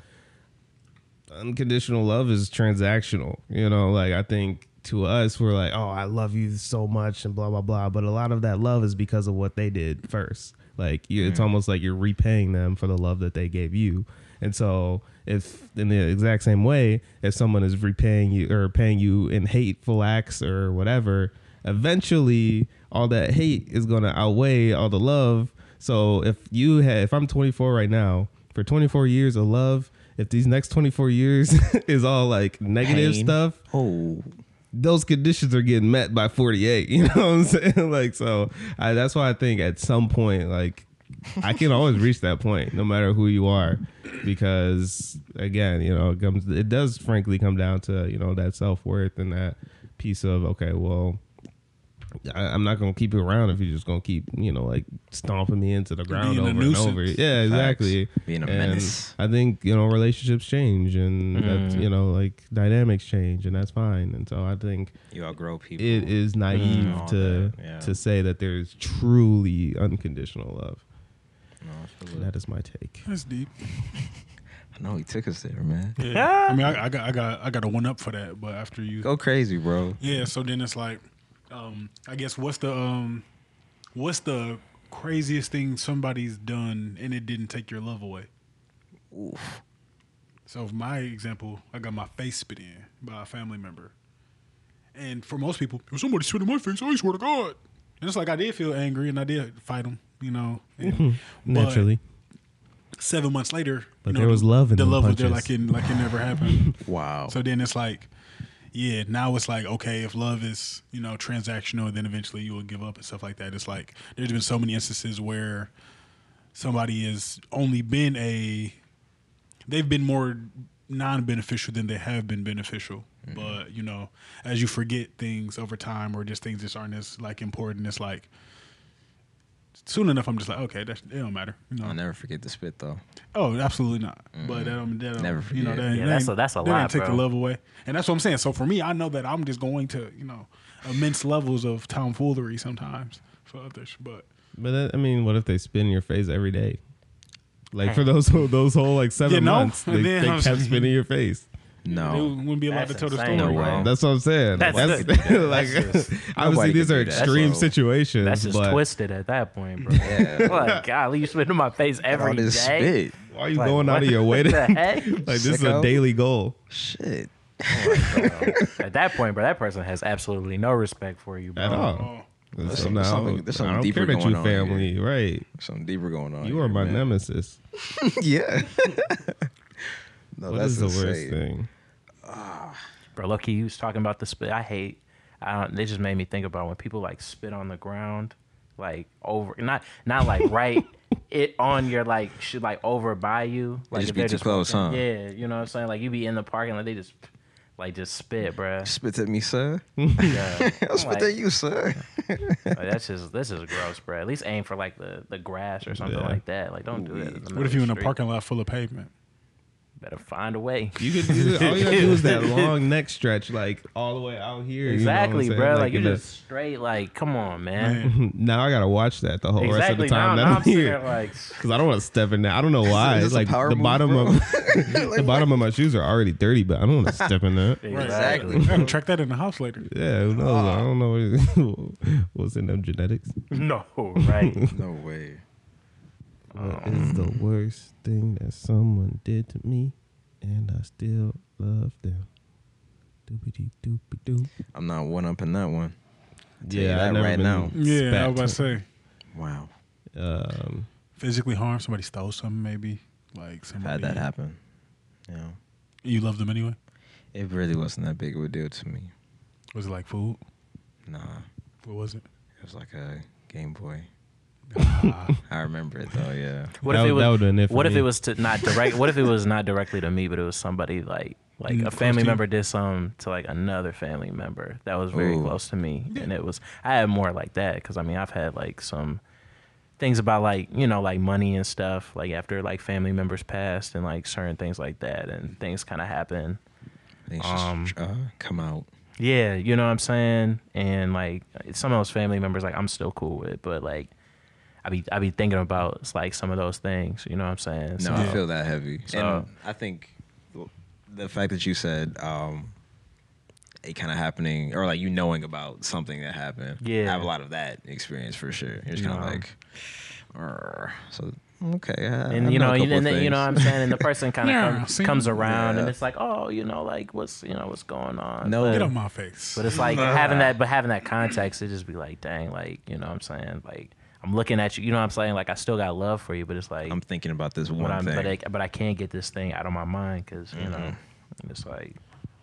unconditional love is transactional. You know, like I think to us, we're like, oh, I love you so much and blah, blah, blah. But a lot of that love is because of what they did first. Like, you, it's almost like you're repaying them for the love that they gave you. And so, if in the exact same way, if someone is repaying you or paying you in hateful acts or whatever, eventually all that hate is going to outweigh all the love. So if you had, if I'm 24 right now, for 24 years of love, if these next 24 years *laughs* is all like negative
Pain.
stuff,
Oh,
those conditions are getting met by 48 you *laughs* know what i'm saying like so I, that's why i think at some point like i can always reach that point no matter who you are because again you know it comes it does frankly come down to you know that self-worth and that piece of okay well I, I'm not gonna keep you around if you're just gonna keep, you know, like stomping me into the ground
Being a
over and over.
nuisance.
Yeah, exactly.
Being a
And
menace.
I think you know relationships change, and
Mm.
that's, you know, like dynamics change, and that's fine. And so I think
you outgrow people.
it is naive
Mm.
to
All that, yeah.
to say that there is truly unconditional love.
No, I feel it.
That is my take.
That's deep.
I know he took us there, man.
Yeah. I mean, I, I got, I got, I got a one up for that. But after you,
Go crazy, bro.
yeah. So then it's like, um, I guess what's the, um, what's the craziest thing somebody's done and it didn't take your love away?
Oof.
So, for my example, I got my face spit in by a family member. And for most people, if somebody spit in my face, I swear to God. And it's like I did feel angry and I did fight them, you know. And, but
*laughs* Naturally,
seven months later,
But
you know,
there was love in
the
them
love was there,
punches.
like it, like it never
*laughs*
happened.
Wow.
So then it's like, yeah, now it's like, okay, if love is, you know, transactional, then eventually you will give up and stuff like that. It's like, there's been so many instances where somebody has only been a, they've been more non beneficial than they have been beneficial. But, you know, as you forget things over time or just things that aren't as, like, important, it's like, soon enough, I'm just like, okay, that's, it don't matter. You know,
I'll never forget the spit though.
Oh, absolutely not. But that, um, that um,
Never
you know,
forget.
that,
Mm-hmm. Yeah,
that
that's
ain't-
a- that's a
that
lot,
ain't take
bro.
the love away, and that's what I'm saying. So for me, I know that I'm just going to, you know, immense levels of tomfoolery sometimes for others. But
but that, I mean, what if they spin your face every day? Like for those whole, those whole like seven
You know? *laughs*
months, they,
And then
they
I'm
kept
saying-
spinning your face.
they
No.
wouldn't be allowed
That's
to tell
insane.
the
No
story.
way.
That's what I'm saying.
That's-
That's, *laughs* like
that's just-
obviously
nobody
these
could
are
do that.
extreme
That's-
situations.
That's just
but
twisted at that point,
*laughs*
bro. Yeah. *laughs* like, golly, you spit in my face every
All
day.
this spit.
Why are you
Like,
going out of
*laughs*
what
your way to
*laughs* the heck?
like this is a
Sicko.
daily goal?
Shit.
at that point, bro, that person has absolutely no respect for you, bro.
At all.
Oh,
There's
some- there's something- there's something
I don't
deeper
care that
going
you
on
family, right?
Something deeper going on.
You
here,
are my
man.
nemesis. *laughs*
yeah. no,
What
that's
is the worst
insane.
thing?
Bro, look, he was talking about the spit. I hate. I don't, they just made me think about when people like spit on the ground, like over, not not
*laughs*
like right it on your like shit like over by you. Like
just
if
be
they're
too close, huh?
walking- Yeah, you know what I'm saying. Like you be in the parking lot, they just like just
*laughs*
spit, bro.
Spit at me, sir.
Yeah. I'm
spit
like,
at you, sir.
like, that's just this is gross, bro. At least aim for like the, the grass or something
Yeah.
like that. Like don't do that. in the middle
what if
of
you
the
in a
street.
parking lot full
*laughs*
of pavement?
Better find a way.
You could do *laughs* all you gotta do is that long neck stretch, like all the way out here. you know what I'm
Exactly,
saying?
bro. Like, you
in the-
just straight. Like come on, man.
Man,
*laughs* now I gotta watch that the whole rest of
Exactly.
the
now,
time that
now
I'm
I'm sitting there
here
like.
because I don't want to step in there. I don't know why.
this
It's
a
like
power
the
move,
bottom
bro? *laughs*
of *laughs* the bottom of my shoes are already dirty, but I don't want to step in that.
*laughs*
*laughs*
Exactly.
I gotta track that in the house later.
Yeah, who knows?
Ah.
I don't know *laughs* what- what's in them genetics.
No, right.
No way.
What is the worst thing that someone did to me, and I still love them? Doopity doopy doo.
I'm not one up in that one. Tell you
Yeah,
that
I never
right
been
now.
Yeah, I
spat
was about to say
Wow.
Um,
physically harm somebody stole something maybe like
I've
somebody
had that happen. You know,
You love them anyway.
it really wasn't that big of a deal to me.
Was it like food?
Nah.
What was it?
It was like a Game
*laughs*
Boy.
Ah,
I remember it though, yeah.
What
That
if it
would- that
was?
would've been it for
what if
me.
it was to not direct? What if it was not directly to me, but it was somebody like like
Mm,
a
close
family
to you?
member did something to like another family member that was very
Ooh.
close to me, and it was I had more like that because I mean I've had like some things about like you know like money and stuff like after like family members passed and like certain things like that and things kind of happen.
Things
Um,
just uh, come out.
Yeah, you know what I'm saying? And like some of those family members like I'm still cool with, but like I be I be thinking about it's like some of those things, you know what I'm saying?
No,
So-
I feel that heavy.
So-
and I think the fact that you said um, it kind of happening or like you knowing about something that happened.
Yeah.
I have a lot of that experience for sure. You're just kind
No.
of like, "Arr." so okay, I, I
and you know,
a
you-
couple
and
of
then, you know what I'm
things.
saying, and
*laughs*
the person kind of
Yeah,
comes,
see?
comes around, and
Yeah.
it's like, oh, you know, like what's you know what's going on.
No.
but,
Get on my face.
Uh, but it's like having that, but having that context, it just be like, dang, like you know what I'm saying, like I'm looking at you, you know what I'm saying, like I still got love for you, but it's like,
I'm thinking about this
but,
one
I'm,
thing.
but I, but I can't get this thing out of my mind because you know,
Mm-hmm.
it's like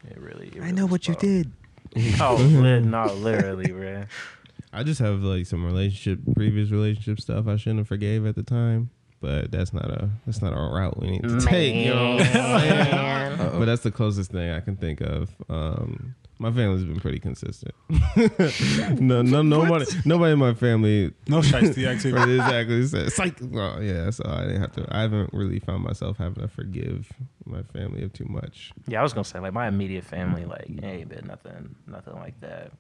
it really. it
I know
really
what you
spoke.
did. *laughs*
Oh li- no, literally, man.
I just have like some relationship, previous relationship stuff I shouldn't have forgave at the time, but that's not a that's not our route we need
Mm.
to take. You know what
*laughs*
I'm saying? But that's the closest thing I can think of. Um, my family's been pretty consistent. *laughs* no,
*laughs*
no, nobody, nobody in my family
no shiesty
*laughs*
activity.
exactly said it's like, well, yeah. So I didn't have to. I haven't really found myself having to forgive my family of too much.
Yeah, I was gonna say like my immediate family, like hey, but nothing, nothing like that.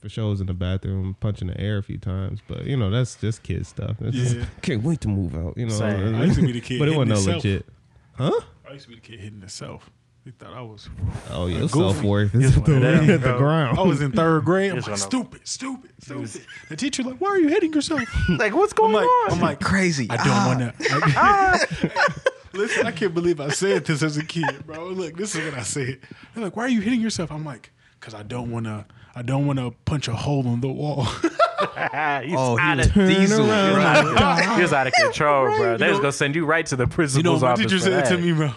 for sure was in the bathroom punching the air a few times, but you know that's just kid stuff. That's just-
Yeah.
*laughs* can't wait to move out. You know, *laughs*
Same.
I used to be the kid
but it
hitting
wasn't no
himself.
legit. Huh?
I used to be the kid hitting himself. He thought I was.
Oh, your
goofy.
self worth is at the,
one of them,
at the
bro.
ground.
I was in third grade. I'm
Yes, I
like,
know.
stupid, stupid, stupid. The teacher like, why are you hitting
*laughs*
yourself?
Like what's going
I'm like,
on?
I'm like,
Crazy.
I
Ah.
don't want
*laughs*
to. *laughs* Listen, I can't believe I said this as a kid, bro. Look, this is what I said. They're like, "Why are you hitting yourself?" I'm like, "Cause I don't want to. I don't want to punch a hole in the wall." *laughs*
he's
Oh, he
out
was
of,
diesel.
out of, *laughs* he was out of control, bro. They was gonna send you right to the
you know,
principal's
what my
office.
teacher
for
said
that.
to me, bro.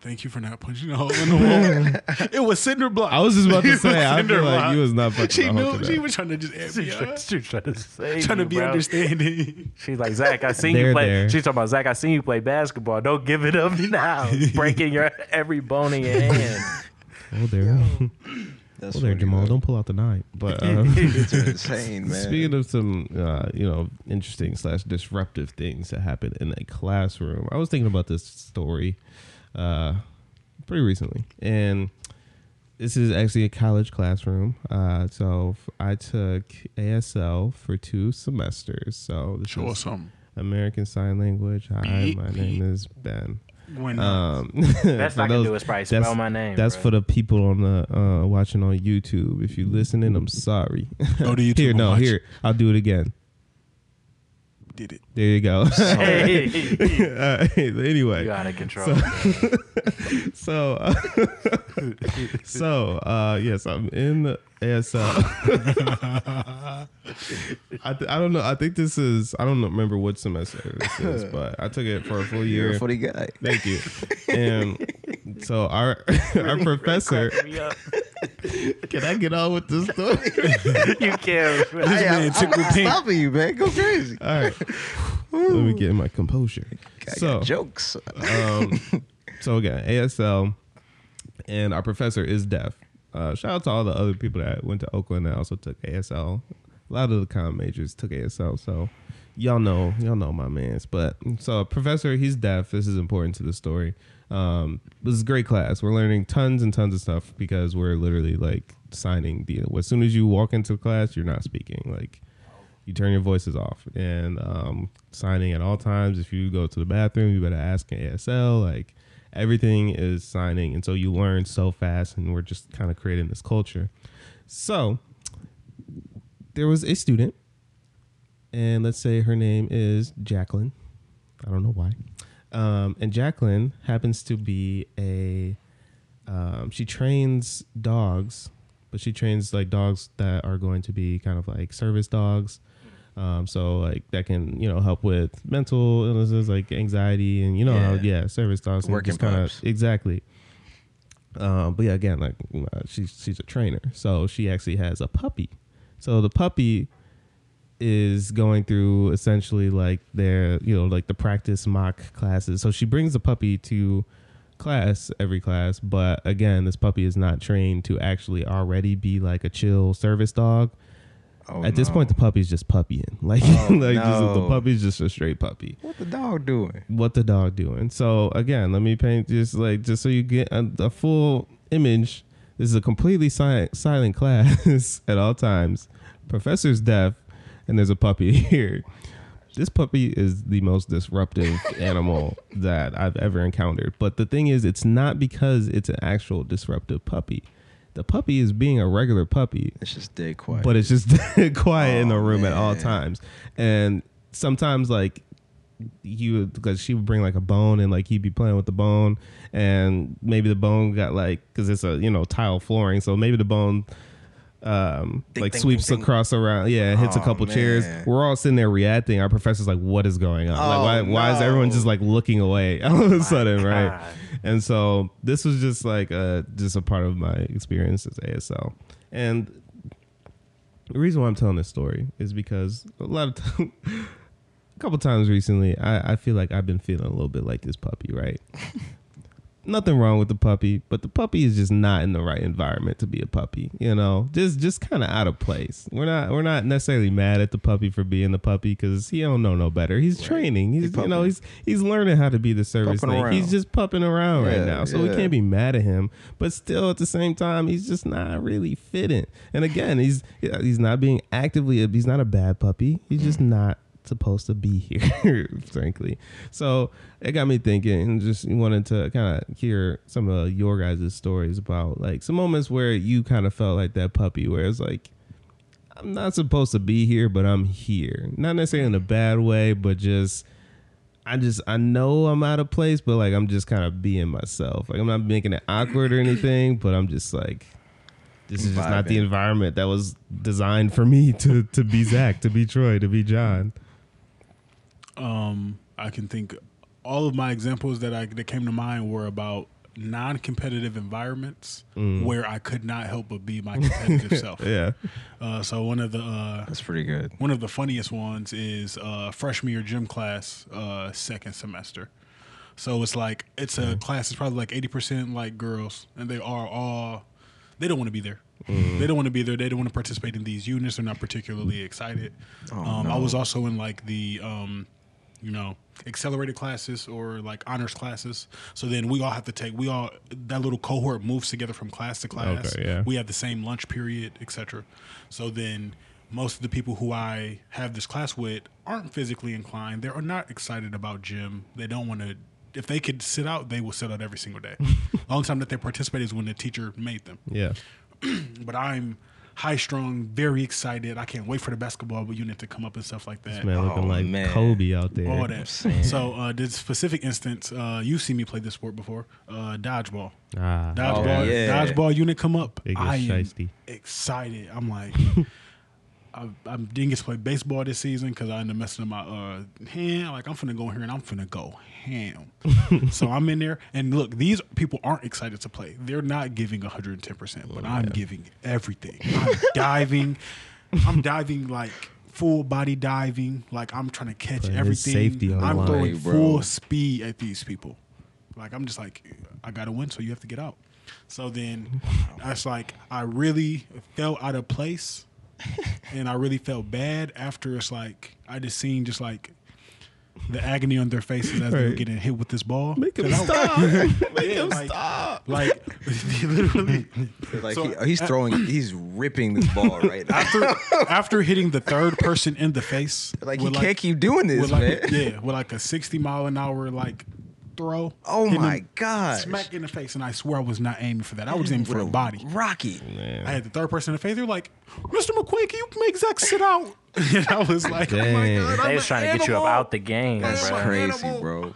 Thank you for not punching a hole in the
*laughs*
wall. it was cinder block.
I was
*laughs*
just about to say, I
Cinder
feel like
block.
you was not fucking.
She
the whole
knew.
to
She
that.
was trying
*laughs*
to just amp me
She's
up.
trying, she's trying to *laughs* save
trying
you,
to be
bro.
understanding.
She's like Zach, I seen
*laughs* They're
you play.
there.
She's talking about Zach, I seen you play basketball. Don't give it up *laughs* now. It's breaking your every bone in your
*laughs*
hand.
Oh there,
That's
oh there,
funny,
Jamal.
though.
Don't pull out the knife.
*laughs*
But uh,
It's insane, man.
Speaking of some, uh, you know, interesting slash disruptive things that happen in a classroom, I was thinking about this story uh, pretty recently, and this is actually a college classroom. Uh, so f- I took ASL for two semesters. So this
Show us
is
something.
American Sign Language. Hi,
Beep,
my name is Ben.
When
Uh,
*laughs*
Um,
Best
for *laughs*
I can
those-
do is probably
that's-
spell my name.
That's
bro.
for the people on the uh, watching on YouTube. If you're listening, I'm sorry.
Go to YouTube
*laughs* here,
and
no,
watch.
here. I'll do it again.
did it?
There you go. *laughs*
Hey,
Uh,
you
anyway,
out of control. bro.
so *laughs* uh, so uh, yes, I'm in the *laughs* ASL. I, th- I don't know. I think this is. I don't know- remember what semester
*laughs*
this is, but I took it for a full
You're
year.
a funny
*laughs*
guy.
Thank you. And so our *laughs* our professor.
Cracking me up.
Can I get on with this story?
*laughs* You can't. bro.
This man tickled pink.
stopping you, man. Go crazy.
*laughs* All right. Let me get my composure.
I
So
got jokes.
um, so again, ASL, and our professor is deaf. Uh, shout out to all the other people that went to Oakland that also took ASL. A lot of the com majors took ASL, so y'all know y'all know my man's. But so a professor, he's deaf. This is important to the story. Um, this is a great class. We're learning tons and tons of stuff because we're literally like signing the. As soon as you walk into class, you're not speaking. Like you turn your voices off and um, signing at all times. If you go to the bathroom, you better ask an ASL. Like everything is signing, and so you learn so fast, and we're just kind of creating this culture. So there was a student, and let's say her name is Jacqueline. I don't know why. Um, and Jacqueline happens to be a um, she trains dogs, but she trains like dogs that are going to be kind of like service dogs. Um, so like that can you know help with mental illnesses like anxiety and you know how
Yeah.
yeah service dogs and
Working
just kinda-
pups.
exactly. Um, but yeah, again, like uh, she's she's a trainer, so she actually has a puppy. So the puppy is going through essentially like their you know like the practice mock classes. So she brings the puppy to class every class, but again, this puppy is not trained to actually already be like a chill service dog.
Oh,
At this
no. Oh,
point, the puppy's just puppying. *laughs* Like like just- the
no.
puppy's just a straight puppy
what the dog doing?
what the dog doing. So again, let me paint just like just so you get a, a full image. This is a completely silent, silent *laughs* class at all times. Professor's deaf, and there's a puppy *laughs* here. This puppy is the most disruptive animal that I've ever encountered. But the thing is, it's not because it's an actual disruptive puppy. The puppy is being a regular puppy,
It's just dead quiet.
but it's just *laughs* quiet in the
Aw,
room at all
man.
times. And sometimes, like, you because she would bring like a bone and like he'd be playing with the bone, and maybe the bone got like because it's a you know tile flooring, so maybe the bone. Um,
Ding,
like
ding,
sweeps
ding, ding.
across around, yeah, and hits a
Aw,
couple chairs.
man.
We're all sitting there reacting. Our professor's like, "What is going on?
Oh,
like, why, why is everyone
no.
just like looking away *laughs* all of a sudden,
God.
right?" And so this was just like uh just a part of my experience as ASL. And the reason why I'm telling this story is because a lot of *laughs* time, a couple times recently, I, I feel like I've been feeling a little bit like this puppy,
*laughs*
right? Nothing wrong with the puppy, but the puppy is just not in the right environment to be a puppy. You know, just just kind of out of place. We're not we're not necessarily mad at the puppy for being the puppy because he don't know no better. He's training. He's
He
you know
puppy.
he's he's learning how to be the service
Pupping
thing. He's
around.
just pupping around right
Yeah,
now, so we
yeah.
can't be mad at him. But still, at the same time, he's just not really fitting. And again, he's he's not being actively. He's not a bad puppy. He's just not supposed to be here, *laughs* frankly. So it got me thinking, and just wanted to kind of hear some of your guys' stories about like some moments where you kind of felt like that puppy, where it's like. I'm not supposed to be here, but I'm here. Not necessarily in a bad way, but just I just I know I'm out of place, but like I'm just kind of being myself. Like I'm not making it awkward or anything, but I'm just like this is just not the
Vibing.
environment that was designed for me to to be Zach, to be Troy, to be John.
um, I can think all of my examples that I that came to mind were about non-competitive environments
Mm.
where I could not help but be my
*laughs*
competitive self.
Yeah.
Uh, so one of the uh,
that's pretty good.
one of the funniest ones is uh, freshman year gym class, uh, second semester. So it's like it's
Mm.
a class. It's probably like eighty percent like girls, and they are all they don't want to be there.
Mm.
They don't want to be there. They don't want to participate in these units. They're not particularly excited.
Oh,
um, I
no.
was also in like the um, you know accelerated classes or like honors classes. So then we all have to take we all that little cohort moves together from class to class.
Okay, yeah.
We we have the same lunch period, etc. So then most of the people who I have this class with aren't physically inclined. They're not excited about gym. They don't want to if they could sit out, they will sit out every single
*laughs*
day. the only time that they participate is when the teacher made them
Yeah.
but I'm high strung, very excited. I can't wait for the basketball unit to come up and stuff like that.
Man looking
Oh,
like
man.
Kobe out there.
All
I'm
that.
saying.
So uh, this specific instance, uh, you've seen me play this sport before, uh, dodgeball.
Ah.
Dodgeball,
yeah.
dodgeball unit come up.
Big and
I am
shiesty.
excited. I'm like, I, I didn't get to play baseball this season because I ended up messing up my uh, hand. Like I'm finna go in here and I'm finna go ham. *laughs* so I'm in there and look, these people aren't excited to play. They're not giving 110, percent but I'm giving everything. I'm diving. I'm diving like. Full body diving, like I'm trying to catch
Putting his
everything.
safety on the
I'm
line.
throwing
Hey, bro.
full speed at these people. Like I'm just like, I gotta win, so you have to get out. So
*laughs*
then that's like I really felt out of place and I really felt bad after it's like I just seen just like the agony on their faces as they were
Right.
getting hit with this ball.
Make him
'Cause I-
stop. Make
Yeah,
him
like-
stop.
Like *laughs* literally
Like
So-
he, oh, uh, he's
*clears throat*
throwing, he's ripping this ball right now.
after after hitting the third person in the face.
*laughs* like he
with,
can't keep doing this,
with
man.
like yeah, with like a sixty mile an hour like throw.
*laughs* Oh
hitting
my
him
gosh.
Smack in the face, and I swear I was not aiming for that. I was aiming for the body.
Rocket.
I had the third person in the face. They were like, "Mr. McQueen, can you make Zach sit out?" *laughs* and I was like, "Oh my
Dang.
god, I'm
They was
an
trying to get you up
animal."
out the game,
That's
bro.
crazy,
Animal.
bro.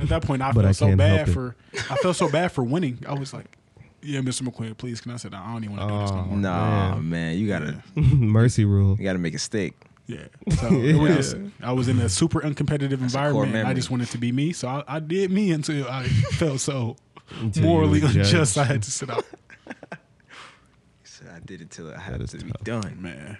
At that point, I
But
felt
I
so
can't
bad
help it.
for I felt so bad for winning. I was like, "Yeah, Mr. McQueen, please, can I sit down? I don't even want to do
Oh,
this no more."
Nah, man. you gotta
Mercy rule.
you gotta make a stick.
Yeah, so it was
*laughs*
just I was in a super uncompetitive
a core
environment. I
memory.
just wanted to be me, so I, I did me until
*laughs*
I felt so
Until you
morally
were judged.
unjust. I had to sit out.
So I did it till I had
is
to be
tough.
done.
Man,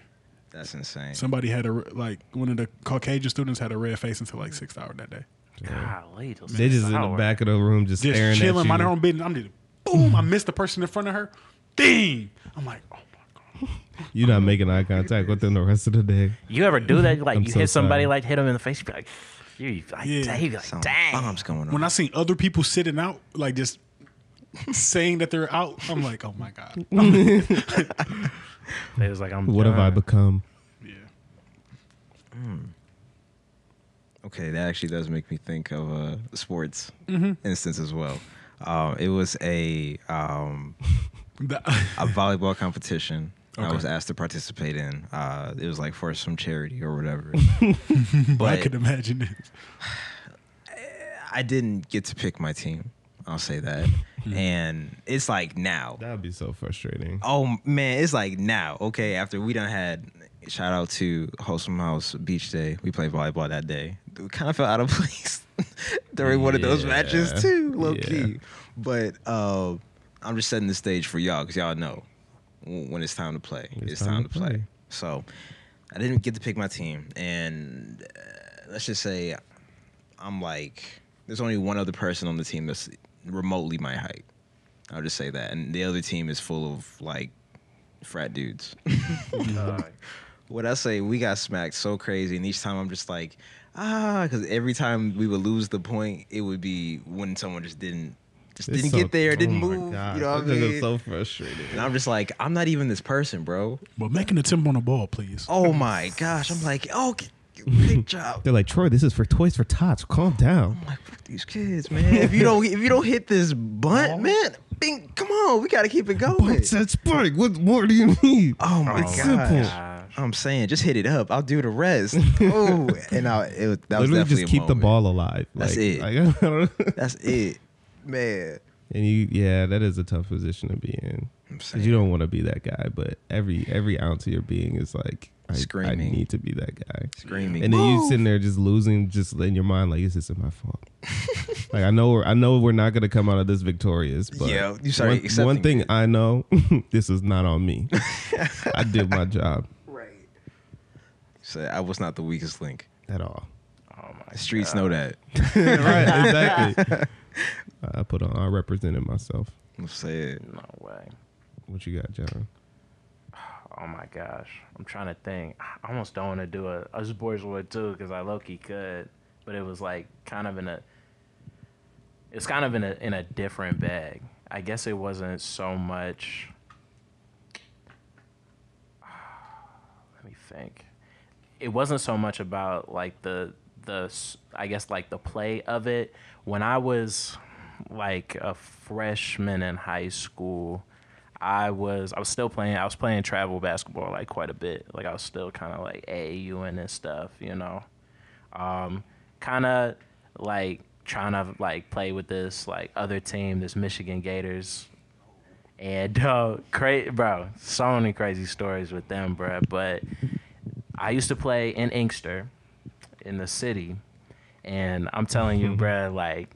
That's insane.
somebody had a re- like one of the Caucasian students had a red face until like sixth hour that day.
Golly, those
They just in the
sour.
back of the room just,
just
staring
chilling,
at you.
minding her own business. I'm just boom. I missed the person in front of her. Ding. I'm like, oh my god.
You're not making eye contact with them the rest of the day.
You ever do that? Like
I'm
you
so
hit somebody,
sorry.
like hit them in the face. You be like, you like,
Yeah.
dang, you be like,
Some
dang.
bombs going on.
When I seen other people sitting out, like just saying that they're out, I'm like, oh my god.
They was like, I'm.
What have I
done.
become?
Yeah.
Okay, that actually does make me think of a sports
Mm-hmm.
instance as well. Um, it was a um,
The- *laughs* *sighs*
a volleyball competition. I
Okay.
was asked to participate in. Uh, it was like for some charity or
*laughs*
whatever.
I
but
could imagine it.
I didn't get to pick my team. I'll say that. and it's like now.
That would be so frustrating.
Oh man, it's like now. Okay, after we done had shout out to Wholesome House Beach Day. We played volleyball that day. We kind of felt out of *laughs* place during one of those
Yeah.
matches too, low
Yeah.
key. But uh, I'm just setting the stage for y'all because y'all know w- when it's time to play. It's, time, to play. So I didn't get to pick my team, and uh, let's just say I'm like there's only one other person on the team that's remotely my height. I'll just say that, and the other team is full of like frat
*laughs*
dudes. what I say, we got smacked so crazy, and each time I'm just like, ah, because every time we would lose the point, it would be when someone just didn't just
It's
didn't
so-
get there,
oh
didn't
my
move.
gosh,
You know what I
that is
mean?
so frustrating.
and I'm just like, I'm not even this person, bro.
But make an attempt on the ball, please.
*laughs*
Oh my gosh! I'm like, oh, g- great job.
They're like, Troy, this is for Toys for Tots. Calm down.
I'm like, fuck these kids, man. If you don't, if you don't hit this
*laughs*
bunt, man, bing, come on, we gotta keep it going.
Bumps at Spike. What more do *laughs* you need?
Oh my
It's
gosh.
simple.
I'm saying, just hit it up. I'll do the
*laughs*
rest. oh, and I, it, was- that was
Literally
definitely
just
a
keep the
moment.
ball alive.
That's
Like-
it.
like, I don't know.
*laughs* That's it, man.
*laughs* and you, yeah, that is a tough position to be in.
I'm
'Cause you don't want to be that guy, but every every ounce of your being is like, I, I
Screaming.
need to be that guy.
Screaming.
And then you sitting there just losing, just in your mind, like this isn't my fault. *laughs* like I know, we're, I know we're not gonna come out of this victorious. But
Yeah, you started
one,
accepting
one thing
it.
I know, *laughs* this is not on
*laughs*
me. I did my job
So I was not the weakest link.
at all.
*laughs*
Oh my.
The streets know that.
*laughs* right, exactly. I put on. I represented myself.
I'm saying,
No way.
What you got, John?
Oh my gosh. I'm trying to think. I almost don't want to do a Us Boys Would Too because I low key could, but it was like kind of in a. It's kind of in a in a different bag. I guess it wasn't so much. *sighs* Let me think. It wasn't so much about like the the s- I guess like the play of it. When I was like a freshman in high school, I was I was still playing I was playing travel basketball like quite a bit. Like I was still kind of like AAUing and stuff, you know. Um, kind of like trying to like play with this like other team, this Michigan Gators. And *laughs* uh, cra- bro, so many crazy stories with them, bro. But I used to play in Inkster, in the city, and I'm telling
Mm-hmm.
you, bruh, like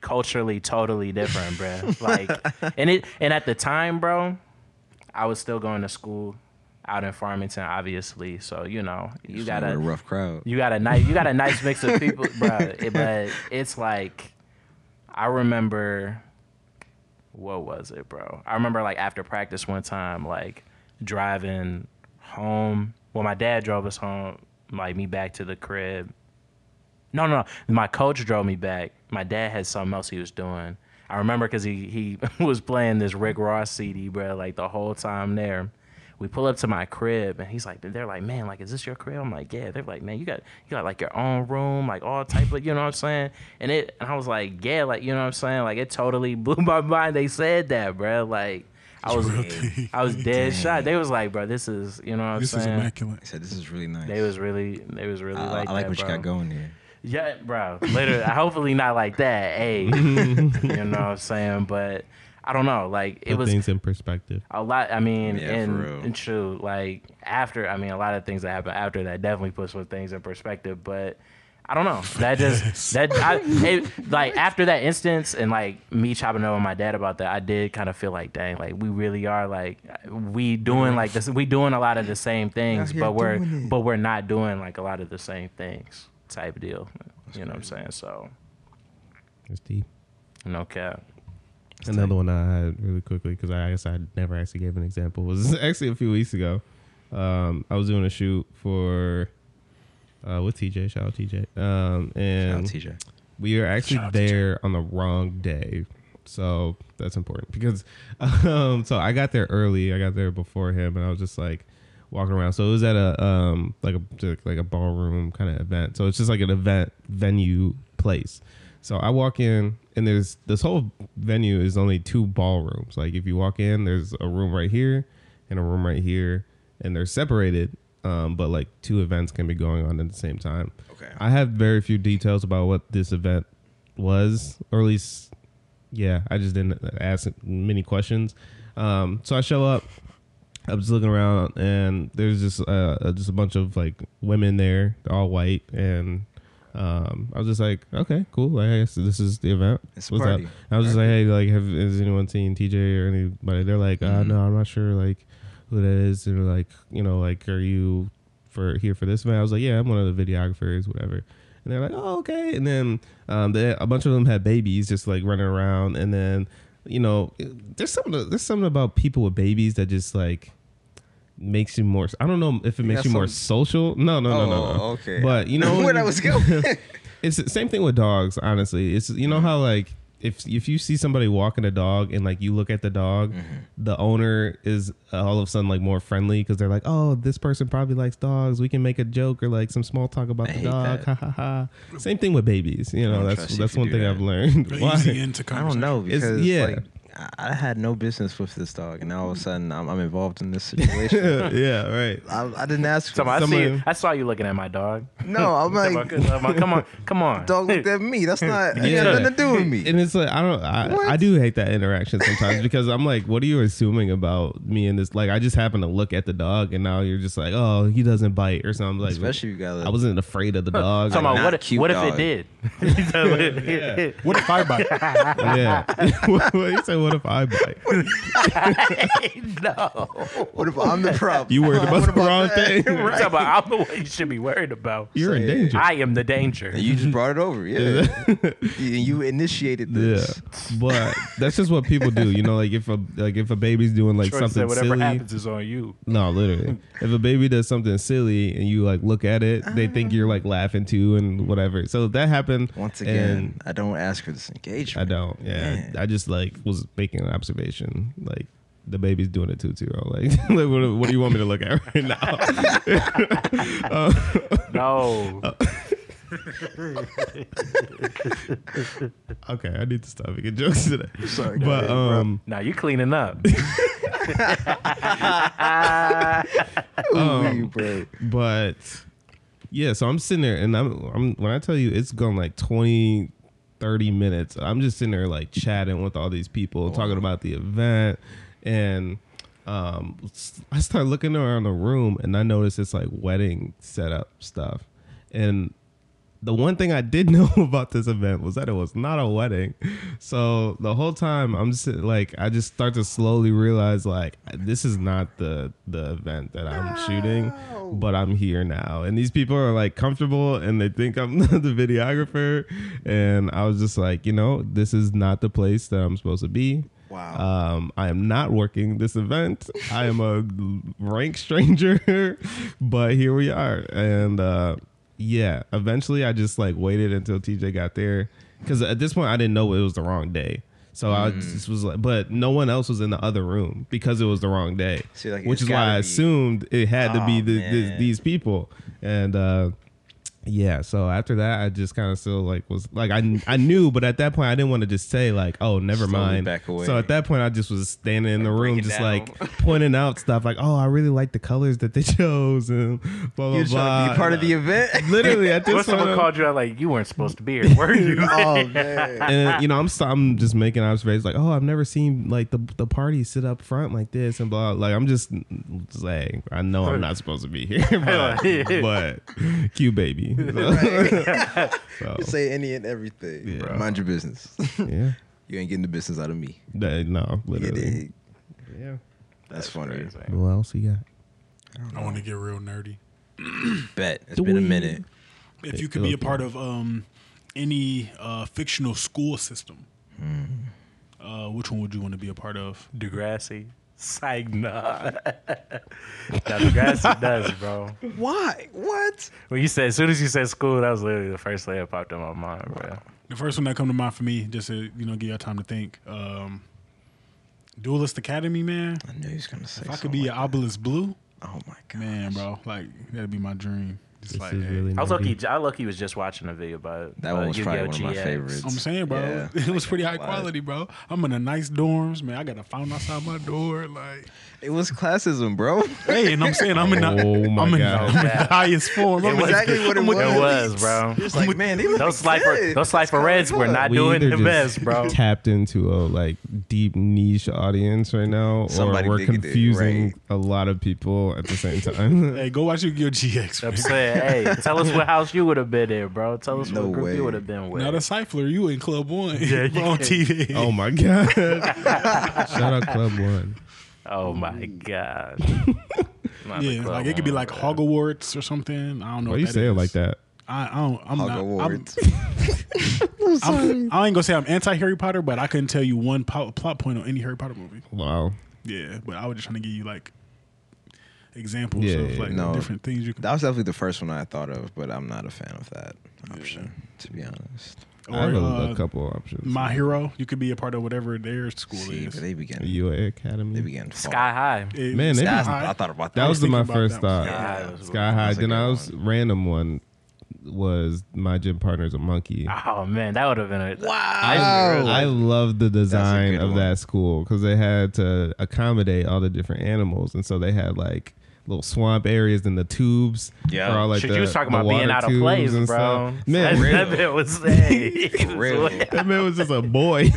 culturally totally different, bruh. Like, and it and at the time, bro, I was still going to school out in Farmington, obviously. So you know, you
you got
gotta
a rough crowd.
you got a nice, you got a nice mix of people, bro. It- but it's like, I remember, what was it, bro? I remember like after practice one time, like driving home. Well, my dad drove us home, like me back to the crib. No, no, no. My coach drove me back. My dad had something else he was doing. I remember because he *laughs* he was playing this Rick Ross CD, bro, like the whole time there. We pull up to my crib and he's like, they're like, man, like, is this your crib? I'm like, yeah. They're like, man, you got you got like your own room, like all type of, you know what I'm saying? And it, and I was like, yeah, like, you know what I'm saying? Like, it totally *laughs* blew my mind. They said that, bro. Like, I was,
real deep. *laughs*
I was dead shot. They was like, bro, this is, you know what I'm
This is
saying?
I
immaculate.
said, this is really nice.
They was really, they was really
I, I
like,
like
that,
what
bro.
you got going there.
Yeah, bro.
*laughs*
Later, hopefully not like that. Hey, you know what I'm saying? But I don't know. Like it
Put
was
things in perspective.
a lot. I mean,
Yeah,
and,
for real.
and true. Like after, I mean, a lot of things that happened after that definitely put some things in perspective. But I
*laughs*
don't know. That just that I, it, like after that instance and like me chopping up with my dad about that, I did kind of feel like, dang, like we really are like we doing like this. We doing a lot of the same things,
here
but we're
doing it.
but we're not doing like a lot of the same things type deal. You know what I'm saying? So
It's deep.
no cap.
Another one I had really quickly because I guess I never actually gave an example was *laughs* actually a few weeks ago. Um, I was doing a shoot for uh, with TJ. Shout out TJ. Um,
Shout out
and
TJ.
we were actually
Shout out TJ.
there on the wrong day, so *laughs* that's important because um, so I got there early. I got there before him, and I was just like, walking around. So it was at a um like a like a ballroom kind of event. So it's just like an event venue place. So I walk in and there's this whole venue is only two ballrooms. Like if you walk in, there's a room right here and a room right here, and they're separated. Um, but like two events can be going on at the same time.
Okay.
I have very few details about what this event was, or at least, yeah, I just didn't ask many questions. Um, so I show up, I'm just looking around, and there's just uh, uh, just a bunch of like women there, they're all white, and um, I was just like, okay, cool. Like, I guess this is the event.
It's a party.
up? I was just like, hey, like, have has anyone seen TJ or anybody? They're like, uh,
Mm-hmm.
no, I'm not sure, like, who that is. And they're like, you know, like, are you for here for this event? I was like, yeah, I'm one of the videographers, whatever. And they're like, oh, okay. And then um, they, a bunch of them had babies, just like running around. And then, you know, it- there's something there's something about people with babies that just like makes you more. I don't know if it makes
got
you more
some-
social. No, no, no, no, no.
Oh, okay.
But
*laughs*
you know
where
when
I
you-
was
*laughs*
going.
it's the same thing with dogs honestly it's you know how like if if you see somebody walking a dog and like you look at the dog
Mm-hmm.
the owner is uh, all of a sudden like more friendly because they're like oh this person probably likes dogs we can make a joke or like some small talk about
I
the
hate
dog
that.
ha ha ha same thing with babies you know
don't
that's
trust you
that's
if you
one
do
thing
that.
I've learned *laughs*
But
Why?
easy into
I don't know
It's-
because
yeah.
like I I had no business with this dog, and now all of a sudden I'm, I'm involved in this
*laughs*
situation.
yeah right
I, I didn't ask. For
So I
this.
see.
Someone-
I saw you looking at my dog.
*laughs* No,
*laughs*
I'm like,
come on, come on, come on.
*laughs* dog looked at me. That's
*laughs*
not. Yeah,
Yeah.
nothing to do with me.
and it's like I don't I, I do hate that interaction *laughs* sometimes because I'm like, what are you assuming about me and this? Like I just happen to look at the dog and now you're just like, oh, he doesn't bite or something. Like
Especially if you got.
I wasn't afraid of the dog.
Talking about
not
what, if-
cute
what if
dog. *laughs*
it did? *laughs* yeah.
What if I bite?
*laughs* yeah. *laughs* what, what- you say? What if I bite?
*laughs*
*laughs*
no.
What if I'm the problem? *laughs*
You worried about the wrong *laughs* thing.
Talking about I'm the one you should be worried about.
You're in danger.
I am the danger.
And you just brought it over. Yeah. *laughs* you, you initiated
yeah,
this.
but that's just what people do, you know. Like if a like if a baby's doing like
Troy
something
said whatever
silly,
happens is on you.
No, literally. if a baby does something silly and you like look at it, they think you're like laughing too and whatever. So if that happened
Once
and
again, I don't ask for this
I
engagement.
don't. Yeah,
Man.
I just like was making an observation. Like the baby's doing it too, too. I'm Like, *laughs* like what, what do you want me to look at right now?
*laughs*
*laughs*
No.
Uh, okay, I need to stop making jokes today.
Sorry, go
but
ahead, bro.
um,
now you cleaning
*laughs*
up.
Ooh, bro.
um, but yeah so i'm sitting there and I'm, I'm when i tell you it's gone like 20 30 minutes i'm just sitting there like chatting with all these people talking about the event and um s- i start looking around the room and i notice it's like wedding setup stuff and the one thing I did *laughs* know about this event was that it was not a wedding. So the whole time I'm just like I just start to slowly realize like this is not the the event that I'm shooting, but I'm here now. And these people are like comfortable and they think I'm *laughs* the videographer and I was just like, you know, this is not the place that I'm supposed to be.
Wow.
Um, I am not working this event. I am a rank stranger, *laughs* but here we are. And uh, yeah, eventually I just like waited until TJ got there because at this point I didn't know it was the wrong day. So I
Hmm.
just was like, but no one else was in the other room because it was the wrong day,
See, like,
which
it's
is why
gotta
I
be-
assumed it had to be
Aw,
the, the,
man.
these people. And uh, yeah, so after that, I just kind of still like was like I I knew, but at that point I didn't want to just say like, oh, never
Slowly
mind.
back away.
So at that point I just was standing in the room,
it
just
down.
like pointing out stuff like, oh, I really like the colors that they *laughs* chose and blah blah
You're
blah. uh,
trying to be part of the
*laughs*
event.
Literally
What
at this point,
someone
I'm-
called you out like you weren't supposed to be here, were
*laughs*
you?
*laughs*
*laughs*
oh man.
and uh, you know I'm so- I'm just making observations like, oh, I've never seen like the the party sit up front like this and blah. Like I'm just saying, I know I'm not supposed to be here, *laughs* but, but cute baby. So,
You say any and everything.
Yeah.
Mind your business.
*laughs*
*laughs*
yeah,
you ain't getting the business out of me.
That- no,
You
literally.
dig?
Yeah.
That's, funny.
What else you got?
I want to get real nerdy.
Bet. It's been a minute.
If you could be a part of um, any uh, fictional school system,
Hmm.
uh, which one would you want to be a part of?
Degrassi. Psych, nah. *laughs* Now, Degrassi does, bro.
Why? What?
When you said, as soon as you said school, that was literally the first thing that popped in my mind, bro.
The first one that come to mind for me, just to you know, give y'all time to think. Um, Duelist Academy, man.
I knew he was gonna say.
If I could be an obelisk blue,
Oh my god,
Man, bro, like that'd be my dream. Just
This
like,
is
hey.
really
I was
nutty.
lucky. I lucky was just watching a video about
That
uh,
one was probably
Yu-Gi-Oh!
one of my
GX.
favorites.
I'm saying, bro,
Yeah.
*laughs* it was pretty high
Like,
quality, bro. I'm in a nice dorms, man. I got a fountain outside my door, like,
It was classism, bro.
*laughs*
*laughs*
hey, and I'm saying, I'm in the,
Oh my
I'm in the,
God.
I'm in the highest form.
It
I'm in
was
the-
exactly what it
I'm
was.
with the-
It
*laughs*
was, bro.
It's like, man, they look
Those slifer,
good.
those slifer reds were not
we
doing
either
the
just
best,
*laughs*
bro.
Tapped into a like deep niche audience right now,
Somebody
or we're
digging it,
confusing
right.
a lot of people at the same time. *laughs*
Hey, go watch your GX.
I'm
man.
saying, hey, tell us what house you would have been in, bro. Tell us
No
what group
way.
you would have been with.
Now the Cypher, you in Club One, *laughs*
Yeah, you
We're on
can.
TV.
oh my god! *laughs* Shout out Club One.
oh my god. Not the
yeah,
club
like it could be
one,
like
bro.
Hogwarts or something. I don't know.
Why
what
you say it
is.
like that?
I, I don't. I'm not. I'm, *laughs*
Hogwarts.
I'm, I ain't gonna say I'm anti Harry Potter, but I couldn't tell you one po- plot point on any Harry Potter movie.
Wow.
Yeah, but I was just trying to give you like examples
Yeah,
of like
no.
different things you can.
That was definitely the first one I thought of, but I'm not a fan of that option, to be honest.
I have
Or
a,
uh,
a couple options.
my hero, you could be a part of whatever their school
See,
is.
but they began.
UA
They
Academy.
began.
Sky High.
It-
Man, they-
That's-
High.
I thought about that.
That was, the,
thinking
my
about
first
that one.
thought.
Sky High was
Sky
That
High.
was a
Then
good
I was random one was my gym partner's a monkey.
Ah,
Oh man, that would have been a Oh.
Wow.
I love the design
good
of
one.
that school because they had to accommodate all the different animals, and so they had like little swamp areas and the tubes.
Yeah.
for all, like,
Shit,
the-
you was talking
the
about being
water
out of
tubes
place,
and
bro.
stuff.
that,
Man,
*laughs*
real.
that bit was hey,
real.
*laughs*
*laughs*
that man was just a boy.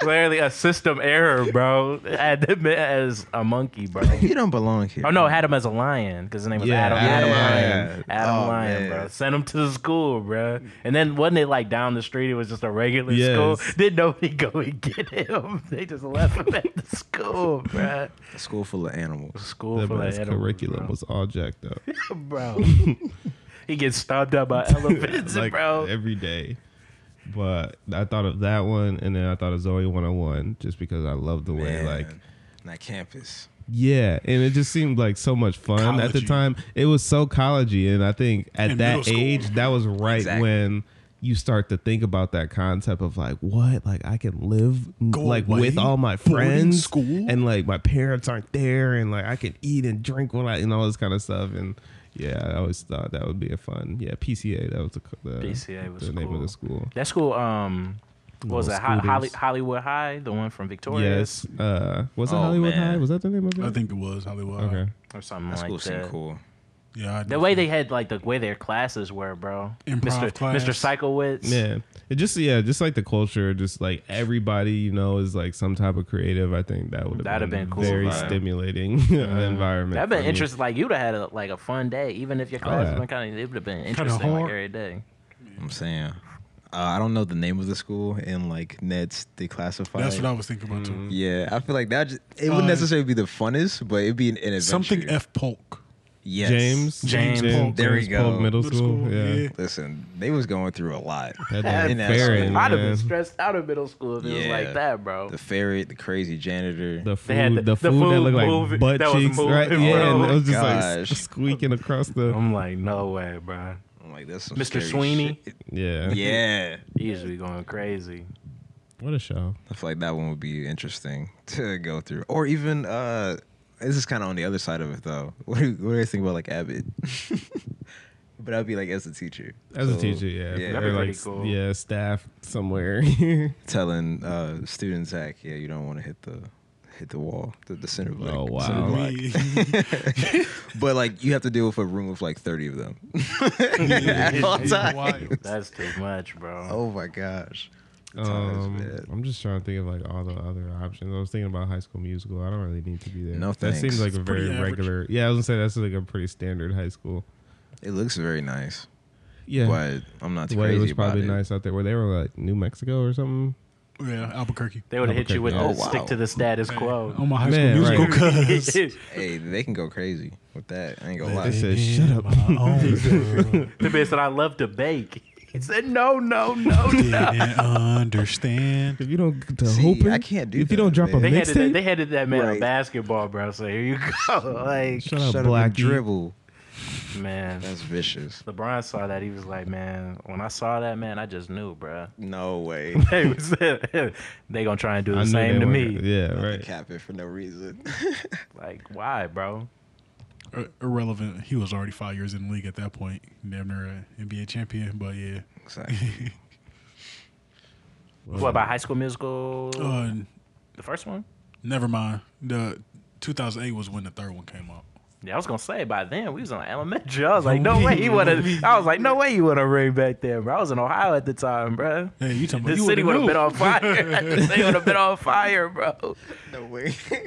clearly a system error, bro. I had that man as a monkey, bro.
You don't belong here.
Oh no, I had him as a lion because his name was
Yeah,
Adam. Adam Lion.
yeah.
Adam
Oh,
Lion,
man.
bro. Sent him to the school, bro. And then wasn't it like down the street? It was just a regular
Yes.
school. Didn't nobody go and get him. *laughs* They just left him at the school, bro.
A school full of animals.
*laughs*
School
that
for
man's
like
curriculum was all jacked
*laughs*
up,
bro. he gets stomped out by elephants,
like eh,
bro.
every day. But I thought of that one, and then I thought of Zoe 101 just because I love the way
Man.
like
And that campus.
Yeah, and it just seemed like so much fun at the
Collegey.
time. It was so collegey, and I think at
In middle
that
school.
age, that was right
Exactly.
when you start to think about that concept of like, what, like I can live
Go
like
away,
with all my
boarding
friends,
school?
and like my parents aren't there, and like I can eat and drink when I and all this kind of stuff. And yeah, I always thought that would be a fun. Yeah, PCA, that was the, the
PCA was
the name of
cool.
the school.
That school, um, what was
Little
that Ho- Holly-
scooters.
Hollywood High, the one from Victoria,
Yes, uh, was it
Oh,
Hollywood
man.
High? Was that the name of it?
I think it was Hollywood.
Okay.
or something
That school
like
seemed
that.
cool.
Yeah, I
The way they had like the way their classes were, bro.
Improv
Mr.
class.
Mr. Psychowitz.
Yeah. It just yeah, just like the culture, just like everybody, you know, is like some type of creative. I think that would have
That'd
been,
have been cool
very
vibe.
stimulating *laughs* environment.
That'd
for
been
me.
interesting. Like you'd have had a, like a fun day, even if your class
yeah.
been kind of. It would have been interesting like,
Oh, hard.
every day.
I'm saying. Uh, I don't know the name of the school and like Nets declassified.
That's what I was thinking about too.
Yeah, I feel like that. Just, it
Um,
wouldn't
Uh,
necessarily be the funnest, but it'd be an, an adventure.
Something F Polk.
Yes.
James,
James Polk.
There we
James Polk
go.
Middle
Middle, school.
school,
Yeah.
yeah.
Listen, they was going through a lot.
That
In
damn
that
ferret,
school.
I'd have
man.
been stressed out of middle school if it was
Yeah.
like that, bro.
The ferret, the crazy janitor.
The food,
They had
the,
the- the
food, that
food
looked like
moving-
butt
that was
cheeks,
moving,
right? Yeah,
bro.
and it was just like
Gosh.
s- squeaking across the.
I'm like, no way, bro.
I'm like that's some
Mr.
scary
Sweeney?
shit.
Yeah.
Yeah,
He used to be going crazy.
What a show.
I feel like that one would be interesting to go through, or even uh, this is kind of on the other side of it though. *laughs* What do, what do you think about like Abbott? *laughs* but I'd be like as a teacher,
As a
So,
teacher, yeah,
yeah,
That'd
They're
be
like,
pretty cool.
yeah, staff somewhere. *laughs* oh
telling uh, students like, yeah, you don't want to hit the hit the wall, the, the center block.
Oh, wow.
center block. *laughs*
*laughs*
But like you have to deal with a room of like thirty of them. *laughs* At all times.
That's too much, bro.
Oh my gosh.
Um, I'm just trying to think of like all the other options. I was thinking about High School Musical. I don't really need to be there.
No
that
thanks.
seems like a
pretty
very
average.
regular. Yeah, I was gonna say that's like a pretty standard high school.
It looks very nice,
Yeah,
but I'm not
the
too
way it
crazy
was
about
probably
it.
nice out there. Where they were like New Mexico or something.
Yeah,
*laughs*
Albuquerque.
They would have hit you with the
Oh, wow.
stick to the status quo.
On Oh, my high school
Man,
musical,
right.
*laughs*
cuz.
Hey, they can go crazy with that. I ain't gonna
They
lie.
said, "Shut *laughs* up."
up.
the man said, I love to bake.
*laughs*
He said, no, no,
*laughs*
no, no.
Didn't understand.
If you don't get to
See,
hoop
I can't do
If
that,
you don't drop
man.
a
They
*laughs*
handed, that, they
mixtape,
handed that man
Right. Oh,
a basketball, bro. So here you go. Like,
shut up,
Shut up and
Black
dribble.
*laughs* man.
That's vicious.
LeBron saw that. He was like, man, when I saw that, man, I just knew, bruh.
No way.
They was- *laughs* they gonna try and do the
I knew
same
they
to
were-
me.
Yeah,
Right.
right.
Cap it for no reason. *laughs*
Like, why, bro?
Ir- irrelevant. He was already five years in the league at that point. Damn near an NBA champion, but yeah. *laughs*
exactly.
What about High School Musical?
Uh,
the first one?
never mind. The 2008 was when the third one came out.
Yeah, I was gonna say by then we was in
*laughs*
elementary. I was like, no way he would have. I was like, no way he would have ring back then, bro. I was in Ohio at the time, bro.
Hey, you talking about
This
you
city would
would've
have been
knew.
on fire. *laughs* this city would have been on fire, bro.
no way. *laughs*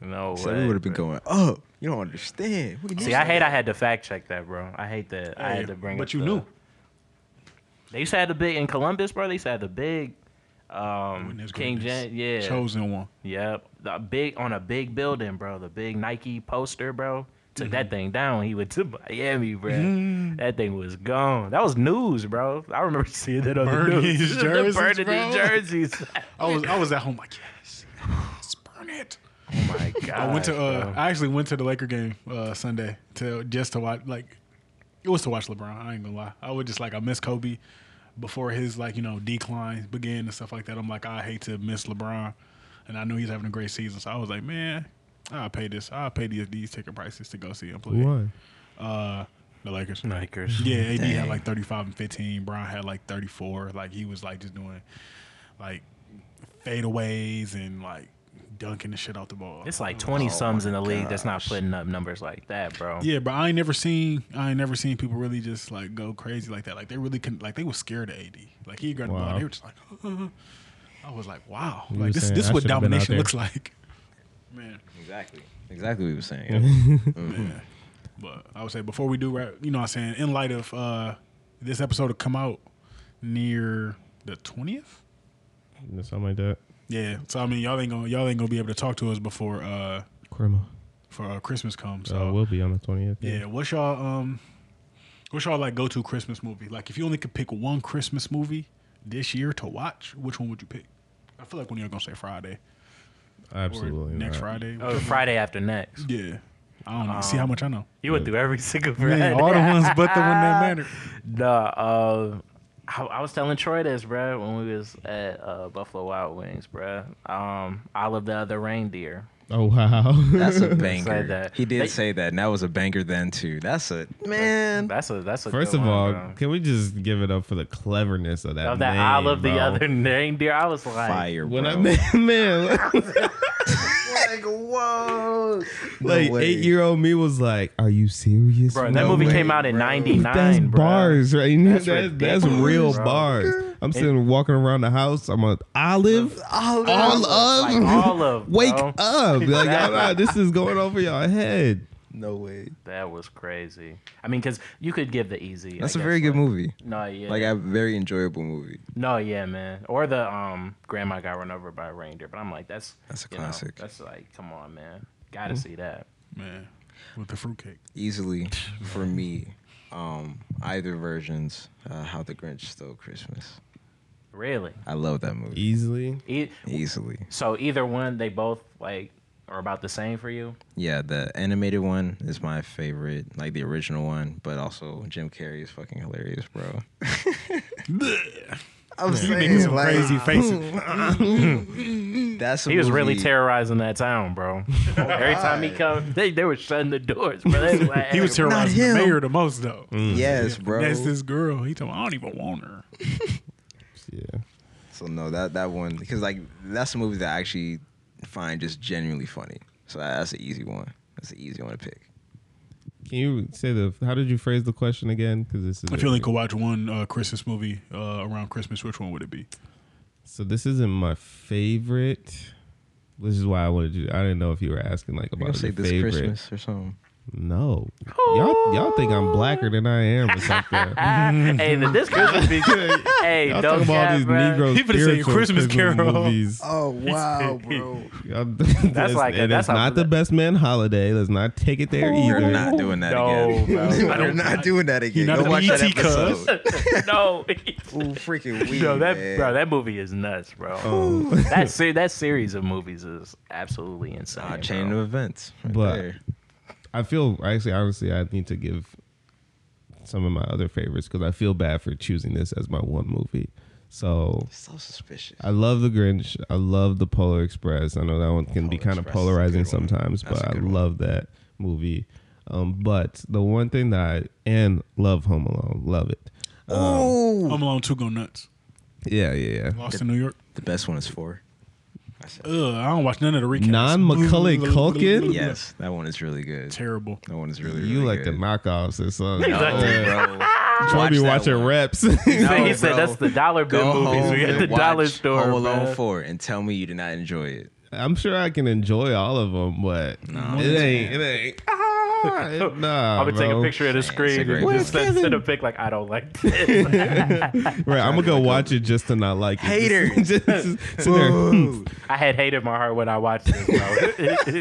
No
so
way.
we would have been going up. You don't understand. We
See, I hate I had to fact check that, bro. I hate that I had to bring.
but
up
you
the-
knew.
They used to have the big in Columbus, bro. They used to have the big um,
Witness
King
greatness.
James. Yeah,
Chosen one.
yep. The big on a big building, bro. The big Nike poster, bro. Took that
Mm-hmm.
thing down. He went to Miami, bro. That thing was gone. That was news, bro.
*laughs*
I remember seeing that on
Burning
the news. *laughs*
his
The
jerseys,
burning
bro.
*laughs*
his jerseys.
I was I was at home like yes, yes, burn it.
oh my god.
I went to uh,
bro.
I actually went to the Laker game uh, Sunday to just to watch like it was to watch LeBron. I ain't gonna lie. I was just like I miss Kobe before his like you know decline began and stuff like that. I'm like I hate to miss LeBron, and I knew he's having a great season. So I was like, man, I'll pay this. I'll pay these, these ticket prices to go see him play.
Who won?
Uh, the Lakers.
Lakers.
*laughs* Yeah, AD had like 35 and 15. Brown had like 34. Like he was like just doing like fadeaways and like dunking the shit off the ball.
It's like twenty sums in the league that's not putting up numbers like that, bro.
Yeah, but I ain't never seen I ain't never seen people really just like go crazy like that. Like they really couldn't like they were scared of AD. Like he grabbed the
Wow.
ball, they were just like, *laughs* I was like, wow,
You
like
were
this
saying,
this
I
is what
should've been out
domination
there.
looks *laughs* like. Man,
Exactly. Exactly what we were saying. Yeah. *laughs*
man. But I would say before we do wrap, you know, what I'm saying in light of uh this episode to come out near the twentieth.
Something like that.
Yeah, so I mean, y'all ain't gonna y'all ain't gonna be able to talk to us before uh
Criminal.
for uh, Christmas comes. So
So we'll be on the twentieth.
yeah, what's y'all um, what's y'all like go to Christmas movie? Like, if you only could pick one Christmas movie this year to watch, which one would you pick? I feel like one of y'all gonna say Friday
absolutely.
or next
not.
Friday.
Oh, Uh, Friday after next.
Yeah, I don't know. See how much
*laughs*
I know.
You went through every single Friday.
Man, all the ones but the one that mattered.
*laughs* Nah, uh, I, *laughs* I was telling Troy this, bruh, when we was at uh, Buffalo Wild Wings, bruh. Um, Olive the Other Reindeer.
Oh wow. *laughs*
That's a banger.
that.
He did
They-
say that, and that was a banger then too. That's a man.
That's a that's a.
First
good
of
one,
all,
bruh.
can we just give it up for the cleverness of that?
of that
name,
Olive the
bro.
Other Reindeer, I was like,
fire.
When
bro.
I *laughs* met man, like,
like whoa, way.
eight year old me was like, "Are you serious?"
Bruh, that
No
movie
way,
came out in
bruh.
'99,
That's
bruh.
bars, right? You know,
That's
That's that's,
ridiculous,
real
bro.
bars. I'm sitting walking around the house. I'm a olive,
Olive.
all of,
Like, all of,
*laughs* wake
bro.
up. Like, y'all,
Exactly.
know, this is going over y'all head.
No way.
That was crazy. I mean, because you could give the easy. I
That's a
guess,
very good
like-
movie.
No, yeah.
Like a very enjoyable movie.
No, yeah, man. Or the um grandma got run over by a reindeer, but I'm like, that's
That's a
you know,
classic.
that's like, come on, man, gotta
Mm-hmm.
see that.
Man, with the fruitcake.
Easily for me. Um, either versions. Uh, How the Grinch Stole Christmas.
Really?
I love that movie.
Easily,
E-
Easily.
so either one, they both like are about the same for you.
Yeah, the animated one is my favorite, like the original one, but also Jim Carrey is fucking hilarious,
*laughs*
bro. I'm
Making some
*laughs*
crazy faces.
that's a
He was really
movie-
terrorizing that town, bro. Every time he come, they they were shutting the doors, bro. They was like,
He was
"Hey, bro."
terrorizing the
him.
mayor the most though.
Yes, bro.
Mm. That's this girl. He told me I don't even want her.
yeah.
So no, that that one because like that's a movie that I actually find just genuinely funny. So that, that's an easy one. That's an easy one to pick.
Can you say the? How did you phrase the question again? Because this is
If you only could watch one uh, Christmas movie uh, around Christmas, which one would it be?
So this isn't my favorite. Which is why I wanted you. I didn't know if you were asking like
I'm gonna
about
say
your
this
favorite.
Christmas or something.
No, y'all y'all think
Oh.
I'm blacker than I am or
*laughs*
something.
hey, the, *laughs* this Christmas be hey,
Y'all
don't
talking about all
cap,
these
bro. *laughs*
*laughs* Negro
He finna say
spiritual
Christmas
Christmas
Carol.
movies.
Oh wow, bro!
*laughs* Y'all- that's
like a-
it
that's
is
a-
not the best man holiday. Let's not take it there
We're
either.
not doing that
No,
again.
bro.
*laughs* We're not doing that again.
not
Go
an
watch that
ET cuz.
episode.
no,
Ooh, freaking weird,
*laughs* no, that
man.
bro, that movie is nuts, bro. *laughs*
Um,
that se- that series of movies is absolutely
*laughs*
insane.
Ah,
bro.
chain of events. Right
But-
there.
I feel actually honestly I need to give some of my other favorites because I feel bad for choosing this as my one movie. So
So suspicious.
I love The Grinch. I love The Polar Express. I know that one can
Polar
be kind
Express is a good
of
one.
polarizing sometimes,
That's a
but I
good one.
love that movie. Um, but the one thing that I and love Home Alone, love it.
Home Alone Two go nuts.
Yeah, yeah, yeah.
Lost in New York.
the best one is four. I said,
Ugh, I don't watch none of the recaps.
Non-Macaulay Culkin?
yes, that one is really good.
Terrible.
That one is really, really
You like
good.
the knockoffs or something?
No,
like the-
*laughs*
bro.
Trying to be watching
one.
reps. *laughs*
He said-
No,
he said
bro.
that's the dollar bill
Go
movies
home
we at the
and watch
dollar store.
Home Alone
bruh.
four and tell me you did not enjoy it.
I'm sure I can enjoy all of them, but it ain't.
*laughs*
It ain't. Ah, it- nah,
I'm gonna take a
bro.
picture of the
a
screen
great
and just
movie.
send, send a pic like I don't like this.
Right, I'm gonna go watch it just to not like it. *laughs*
Haters.
Just, just, just sit
*laughs*
there. hmm,
I had hated my heart when I watched this,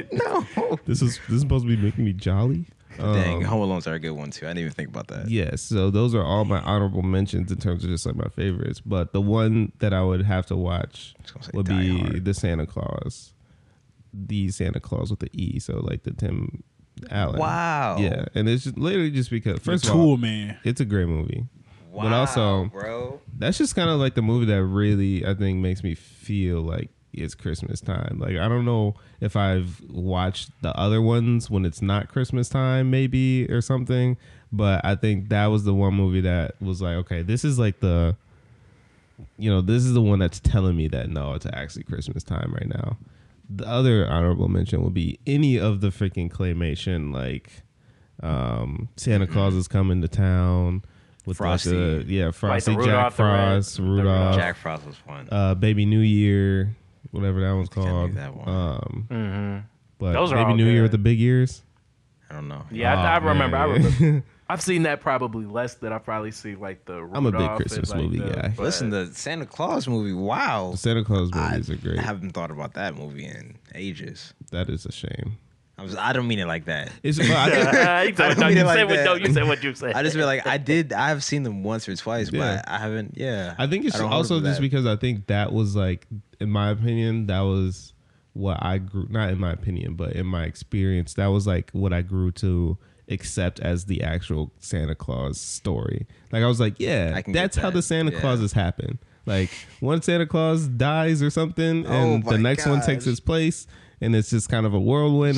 bro.
This is this is supposed to be making me jolly.
Dang,
Um,
Home Alone's are a good one too. I didn't even think about that.
Yes, so those are all my honorable mentions in terms of just like my favorites. But the one that I would have to watch
Just gonna say
would
Die
be
Hard.
the Santa Claus, the Santa Claus with the E. So like the Tim Allen.
Wow.
Yeah, and it's just literally just because first
First
of
Tool
all,
Man.
it's a great movie.
Wow,
But also-
bro,
That's just kind of like the movie that really I think makes me feel like it's Christmas time. Like I don't know if I've watched the other ones when it's not Christmas time, maybe or something. But I think that was the one movie that was like, okay, this is like the, you know, this is the one that's telling me that no, it's actually Christmas time right now. The other honorable mention would be any of the freaking claymation like. Um, Santa Claus is coming to town with like,
Frosty.
the- yeah,
Like the
Frosty, Jack
Rudolph the Red-
Frost,
the
Rudolph,
Jack Frost was fun.
uh, Baby New Year, whatever that one's
I think I knew
called.
that one.
Um, But
Those are
Baby
all
New Year with the
good.
big ears.
I don't know.
yeah, I, I
Aw,
remember. I
Oh, man. *laughs*
remember. I've seen that probably less than I probably see like the.
a big
Rudolph and,
Christmas
like,
movie
the-
guy.
but-
Listen, the Santa Claus movie. Wow,
The Santa Claus movies
I
are great.
haven't thought about that movie in ages.
that is a shame.
I was. I don't mean it like that.
It's, but I *laughs*
*laughs*
think-
you said
I
what
don't
no,
mean
you
it like
said what
that.
no, you said what you said.
I just feel like I did. I've seen them once or twice,
Yeah.
but I haven't. Yeah,
I think it's
don't hold
also
it to
just
that.
because I think that was like, in my opinion, that was what I grew. Not in my opinion, but in my experience, that was like what I grew to accept as the actual Santa Claus story. Like I was like, yeah,
I can get
that's how
that.
the Santa
Yeah.
Clauses happen. Like one Santa Claus dies or something, and
Oh
the
my
next one takes
gosh.
his place. And it's just kind of a whirlwind,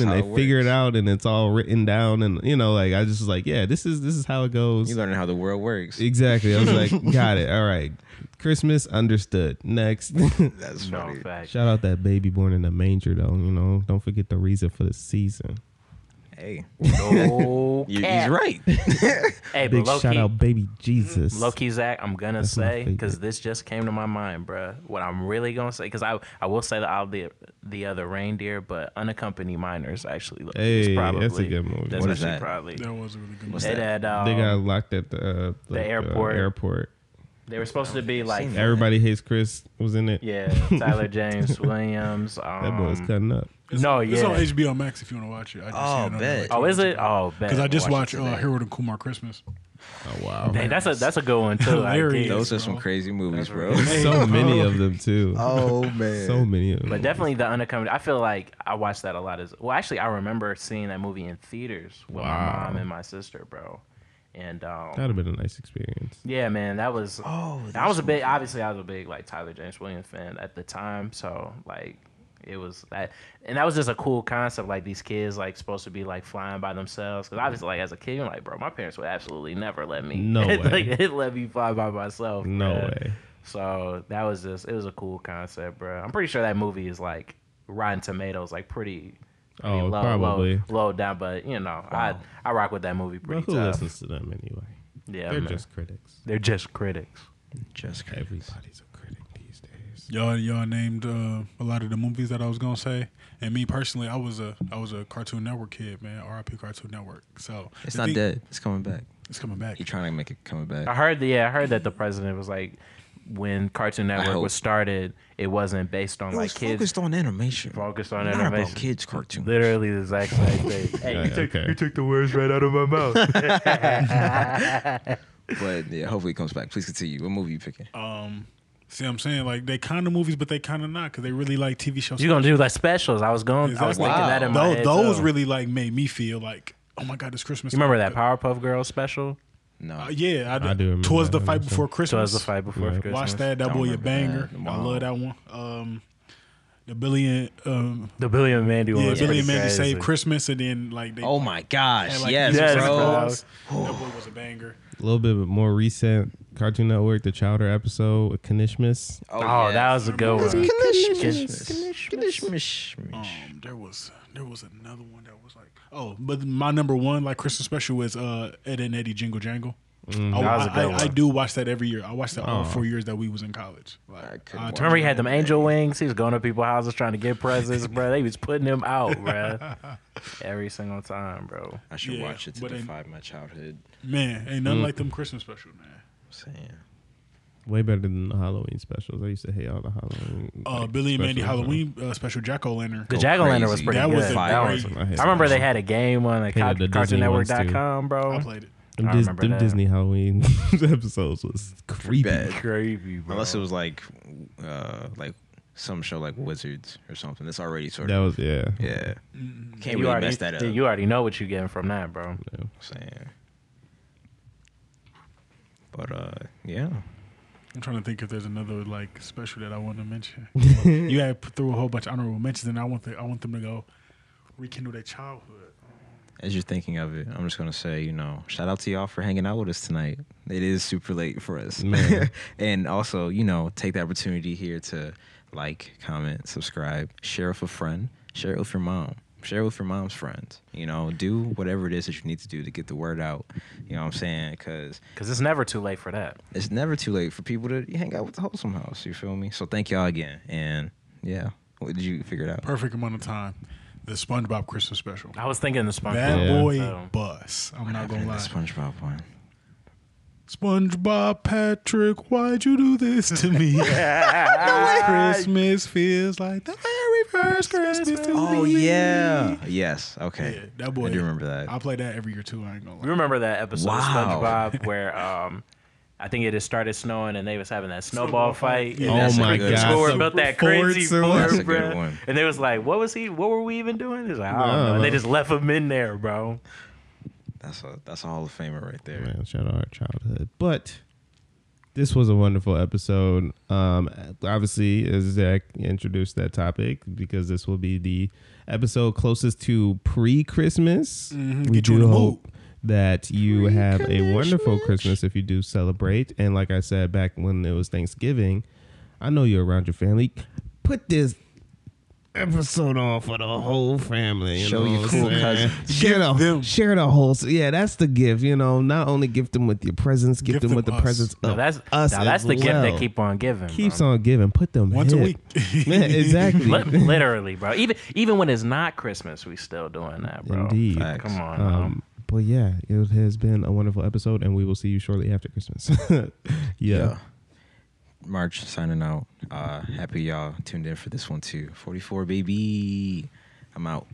That's
and
how
they
it
figure it
works.
out, and it's all written down, and you know, like I just was like, yeah, this is this is how it goes.
you learning how the world works.
Exactly. I
*laughs*
was like, got it. All right. Christmas understood.
*laughs*
Next.
That's *laughs*
no
funny.
fact.
Shout out that baby born in a manger though, you know. Don't forget the reason for the season.
Hey,
Oh, No
you, he's
cap.
*laughs*
right. *laughs*
Hey,
Big
but Mm-hmm. low
shout
key,
out baby Jesus.
low key, Zach, I'm gonna
my
say because
favorite.
this just came to my mind, bruh. What I'm really gonna say because I I will say the Isle of the the other reindeer, but unaccompanied minors actually. low key is
Hey, that's a
probably,
good movie.
That's
What is
actually
that?
probably.
That was a really good one.
What's
They
that?
had, um,
*laughs* they got locked at the uh, like, uh,
airport.
airport.
They were supposed to be like,
seen that.
Everybody hates Chris was in it.
*laughs*
yeah, Tyler James Williams. Um,
*laughs* That boy was cutting
*laughs*
up.
It's,
oh,
No,
It's
yeah.
on HBO Max if you want to watch it. I just
Oh,
seen it on
bet.
there, like,
oh, is it? Oh, bet.
Because I just
Watch
watched
it
uh,
today.
Harold and Kumar Christmas.
Oh wow.
Dang, that's a that's a good one too. I
Hilarious.
guess.
Those are some
bro.
crazy movies, bro.
*laughs*
*laughs*
*laughs*
So many of them too.
Oh man.
So many of them.
But definitely the unaccompanied. I feel like I watched that a lot as well. Actually, I remember seeing that movie in theaters with
Wow.
my mom and my sister, bro. And um,
That'd have been a nice experience.
yeah, man, that was.
Oh,
I was
that's
a big. Obviously, I was a big like Tyler James Williams fan at the time. So like, it was that, and that was just a cool concept. Like these kids like supposed to be like flying by themselves. Because obviously, like as a kid, you're like, bro, my parents would absolutely never let me.
No
*laughs*
way.
like, they'd let me fly by myself.
No
bruh.
way.
So that was just it was a cool concept, bro. I'm pretty sure that movie is like Rotten Tomatoes, like pretty, pretty
Oh,
low,
probably.
low low down, but you know,
Wow.
I I rock with that movie
But
pretty
who
tough.
listens to them anyway?
Yeah,
They're
man.
just critics.
they're just critics.
Just crazy.
Everybody's a critic these days.
Y'all, y'all named uh, a lot of the movies that I was gonna say, and me personally, I was a I was a Cartoon Network kid, man. R.I.P. Cartoon Network. So
It's
the
not
thing-
dead. It's coming back.
It's coming back.
He trying to make it coming back.
I heard that. Yeah, I heard that the president was like, when Cartoon Network
hope.
was started, it wasn't based on
It
like
was
kids.
focused on animation.
Focused on
Not
animation.
about kids cartoons.
Literally the exact same thing. hey, you,
*laughs* Yeah,
took,
okay.
you took the words right out of my mouth.
But yeah, hopefully it comes back. Please continue. What movie you picking?
Uh,
Um, see, what I'm saying like they kind of movies, but they kind of not because they really like TV shows.
you gonna do like specials? I was going. I was
Exactly.
thinking that in my
Tho-
head.
those
too.
really like made me feel like oh my god, this Christmas.
You remember that Powerpuff Girls special?
No,
Uh, yeah, I,
I do
do.
remember
Towards
that.
the fight
That was
before
So
Christmas.
as the fight before
Right.
Christmas.
Watch that. That
Don't
boy a
remember
banger.
that.
I
Wow.
love that one. Um, the Billy and um,
The Billy and Mandy one.
yeah,
was
Billy
pretty
and Mandy
crazy.
saved Christmas, and then like they
Oh my gosh!
had, like,
yes,
Yes,
bro.
bro.
That boy was a banger.
A little bit more recent Cartoon Network, the Chowder episode with Kanishmas.
Oh,
yeah.
that was a good one.
Knishmas. Knishmas.
Um, there was there was another one that was like oh, but my number one like Christmas special was uh Ed and Eddie Jingle Jangle. I,
Mm, that was a good
I,
one. Oh.
I do watch that every year. I watched that all four years that we was in college.
I
Like,
couldn't
I
watch
Remember he had them angel wings. He was going to people's houses trying to get presents, bro. They was putting him out, bro.
*laughs*
Every single time, bro.
I should
Yeah,
watch it to
but in-
defy my childhood.
man, ain't
Mm.
nothing like them Christmas special, man.
I'm saying.
Way better than the Halloween specials. I used to hate all the Halloween.
Uh,
like,
Billy and Mandy
specials.
Halloween uh, special Jack O' Lantern.
The
Go
jack o' lantern was
crazy.
pretty
That
good.
was a
that
great-
was,
I hated
I remember they
those.
had a game on the
Hated the
Cartoon
Disney ones, too.
CartoonNetwork.com, bro.
I played it.
Them,
I
Dis-
remember
them
that.
Disney Halloween *laughs* episodes was creepy.
Bad.
Creepy, bro.
Unless it was like, uh, like some show like Wizards or something. That's already sort
That
of.
was yeah.
yeah. Can't
Mm-hmm.
you
really
already,
mess that up.
yeah, You already know what you're getting from that, bro.
I'm saying. But uh, yeah.
I'm trying to think if there's another like special that I want to
*laughs*
mention. you had put through a whole bunch of honorable mentions, and I want the, I want them to go rekindle their childhood.
As you're thinking of it, I'm just gonna say, you know, shout out to y'all for hanging out with us tonight. It is super late for us,
Man.
*laughs* and also, you know, take the opportunity here to like, comment, subscribe, share with a friend, share it with your mom, share it with your mom's friends. You know, do whatever it is that you need to do to get the word out. You know what I'm saying? Because
Because it's never too late for that.
it's never too late for people to hang out with the wholesome house. You feel me? So thank y'all again, and yeah, what did you figure it out?
Perfect amount of time. The SpongeBob Christmas special.
I was thinking the SpongeBob.
That
Yeah.
boy
So-
bus.
What
I'm not
happened
gonna
in
lie.
the SpongeBob one.
SpongeBob Patrick, why'd you do this to me? Christmas feels like the very first Christmas to
Oh
me.
yeah. Yes. Okay.
Yeah, that boy.
I do remember that.
I play that every year too. I ain't gonna
You
lie.
remember that episode
Wow.
of SpongeBob where um, I think it had started snowing and they was having that
Snowball
snowball, fight.
fight.
and
Oh
that's
my
when the
gosh.
Squidward
So
built that
Ford
crazy
Ford.
fort,
That's a good
bruh.
one.
And they was like, "What was he? What were we even doing?" It's like, I don't
No.
know. And they just left him in there, bro.
That's a that's a Hall of Famer right there.
Man, shout out our childhood. But this was a wonderful episode. Um, obviously, as Zach introduced that topic, because this will be the episode closest to pre-Christmas. We
Mm-hmm. Get you in
do
the mood.
hope that you have a wonderful Christmas if you do celebrate. And like I said back when it was Thanksgiving, I know you're around your family. Put this episode on for the whole family. You
Show
know
your
what I'm
cool
saying?
cousins.
Share the,
them.
share the whole. Yeah, that's the gift. You know, not only gift them with your presents, gift,
Gift
them
them
with the
us.
presents
No,
of
that's
us.
now that's
as
the gift
well.
they keep on giving.
keeps
bro.
on giving. Put them
Once a
*laughs* hip.
week.
Man, exactly.
Li- literally, bro. Even even when it's not Christmas, we still doing that,
*laughs*
bro.
Indeed.
Facts.
Come on,
Um, but yeah, it has been a wonderful episode, and we will see you shortly after Christmas. *laughs* yeah.
March signing out. Uh happy y'all tuned in for this one too. 44 baby. I'm out.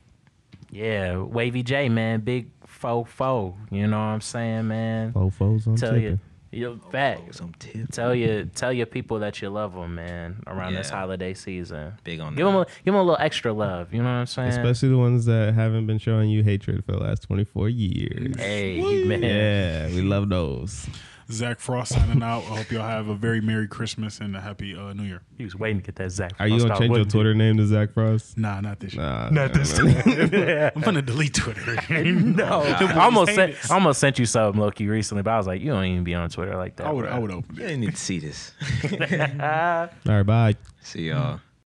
yeah. Wavy J, man, big fo fo. You know what I'm saying, man?
Fofos on
Tell you,
tipping.
you fact.
Some tips.
Tell your tell your people that you love them, man. Around this
Yeah.
holiday season,
Big on
give them a,
that.
give 'em a little extra love. You know what I'm saying?
Especially the ones that haven't been showing you hatred for the last 24 years.
hey man,
Yeah, we love those.
*laughs* Zach Frost signing out. I hope y'all have a very merry Christmas and a happy uh, New Year.
he was waiting to get that Zach.
Are you
Frost
gonna
out,
change your
wouldn't you?
Twitter name to Zach Frost?
Nah, not this year.
Nah,
Not this time.
I'm gonna delete Twitter. no, *laughs*
*laughs* I almost sent I almost sent you something, Loki, recently, but I was like, you don't even be on Twitter like that.
I would.
bruh.
I would open
You
it.
didn't need to see this.
All right, bye.
*laughs* see y'all.